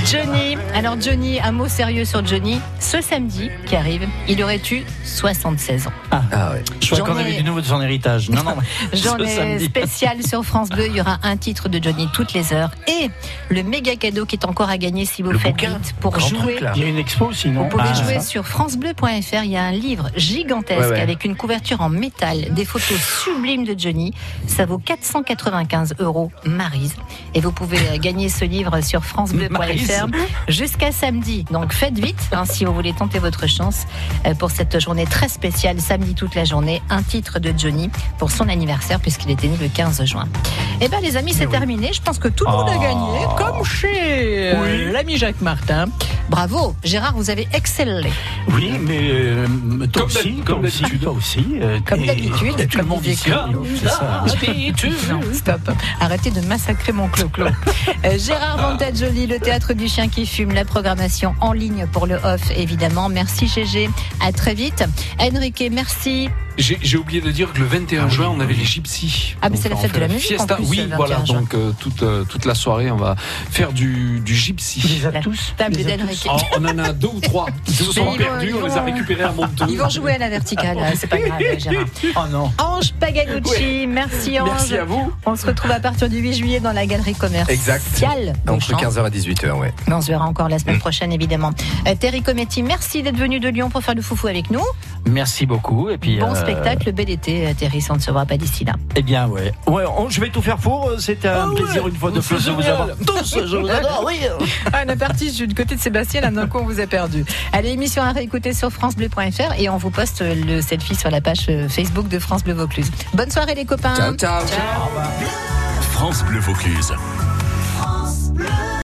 S4: Johnny, alors Johnny, un mot sérieux sur Johnny. Ce samedi qui arrive, il aurait eu 76 ans.
S6: Ah ouais.
S7: Je crois
S4: J'en
S7: qu'on
S4: ai-
S7: avait du nouveau de son héritage. Non, non.
S4: Journée
S7: samedi.
S4: spéciale sur France Bleu, il y aura un titre de Johnny toutes les heures et le méga cadeau qui est encore à gagner si vous faites vite pour
S8: Grand
S4: jouer.
S8: truc, là. Il y a une expo sinon.
S4: Vous pouvez
S8: Ah,
S4: jouer
S8: ça.
S4: sur francebleu.fr, il y a un livre gigantesque
S8: Ouais, ouais.
S4: avec une couverture en métal, des photos sublimes de Johnny. Ça vaut 495 euros, Marise. Et vous pouvez euh, gagner ce livre sur francebleu.fr
S19: Maryse.
S4: jusqu'à samedi. Donc faites vite hein, si vous voulez tenter votre chance euh, pour cette journée très spéciale, samedi toute la journée, un titre de Johnny pour son anniversaire puisqu'il était né le 15 juin. Eh Ah. bien les amis, c'est terminé. Je pense que tout le monde a gagné, comme chez euh, l'ami Jacques Martin. Bravo, Gérard, vous avez excellé.
S8: Oui, mais euh, toi aussi, comme d'habitude. Toi aussi. euh,
S4: Comme
S8: et-
S4: d'habitude,
S8: Tout le
S4: comme
S8: monde
S4: disait
S8: dit
S6: Ah.
S8: ça.
S4: Claude.
S8: c'est
S7: Ah,
S8: ça.
S4: Non, Stop. Arrêtez de massacrer mon clo-clo. Euh, Gérard Vantage Joly, le théâtre du chien qui fume, la programmation en ligne pour le off, évidemment. Merci GG. À très vite. Enrique, merci.
S5: J'ai j'ai oublié de dire que le 21 juin, on avait les Gypsies.
S4: Ah, mais c'est la
S5: on
S4: fête
S5: fait
S4: de la musique,
S5: Fiesta.
S4: en plus,
S5: oui,
S4: le
S5: voilà.
S4: 21 juin.
S5: Donc euh, toute euh, toute la soirée, on va faire du du Gypsy.
S8: les
S4: La table d'Enrique.
S5: Oh, on en a deux ou trois qui se
S4: Mais
S5: sont
S4: ils vont-
S5: perdus.
S4: ils
S5: On les
S4: vont-
S5: a récupérés à Monteux.
S4: Ils vont jouer à la verticale, euh, Oh. c'est pas grave, Gérard.
S8: Oh non.
S4: Ange Paganucci, merci Ange.
S6: Merci à vous.
S4: On se retrouve à partir du 8 juillet dans la galerie commerciale.
S6: Exact. Entre 15h et 18h, ouais.
S4: Mais on se verra encore la semaine prochaine, évidemment. Euh, Terry Cometti, merci d'être venu de Lyon pour faire le foufou avec nous.
S7: Merci beaucoup. Et puis,
S4: Bon
S7: euh,
S4: spectacle BDT, euh, Terry, ça, on ne se verra pas d'ici là.
S7: Eh bien, ouais. ouais on- je vais tout faire pour. euh, C'était un plaisir une fois de plus de vous avoir tous. Je vous adore, oui.
S4: Ah, on est parti du côté de Sébastien, là d'un coup on vous a perdu. Allez, émission à réécouter sur FranceBleu.fr et on vous poste le selfie sur la page euh, Facebook
S6: Hein.
S4: de France Bleu Vaucluse. Bonne soirée les copains.
S1: Ciao, ciao. France Bleu Vaucluse.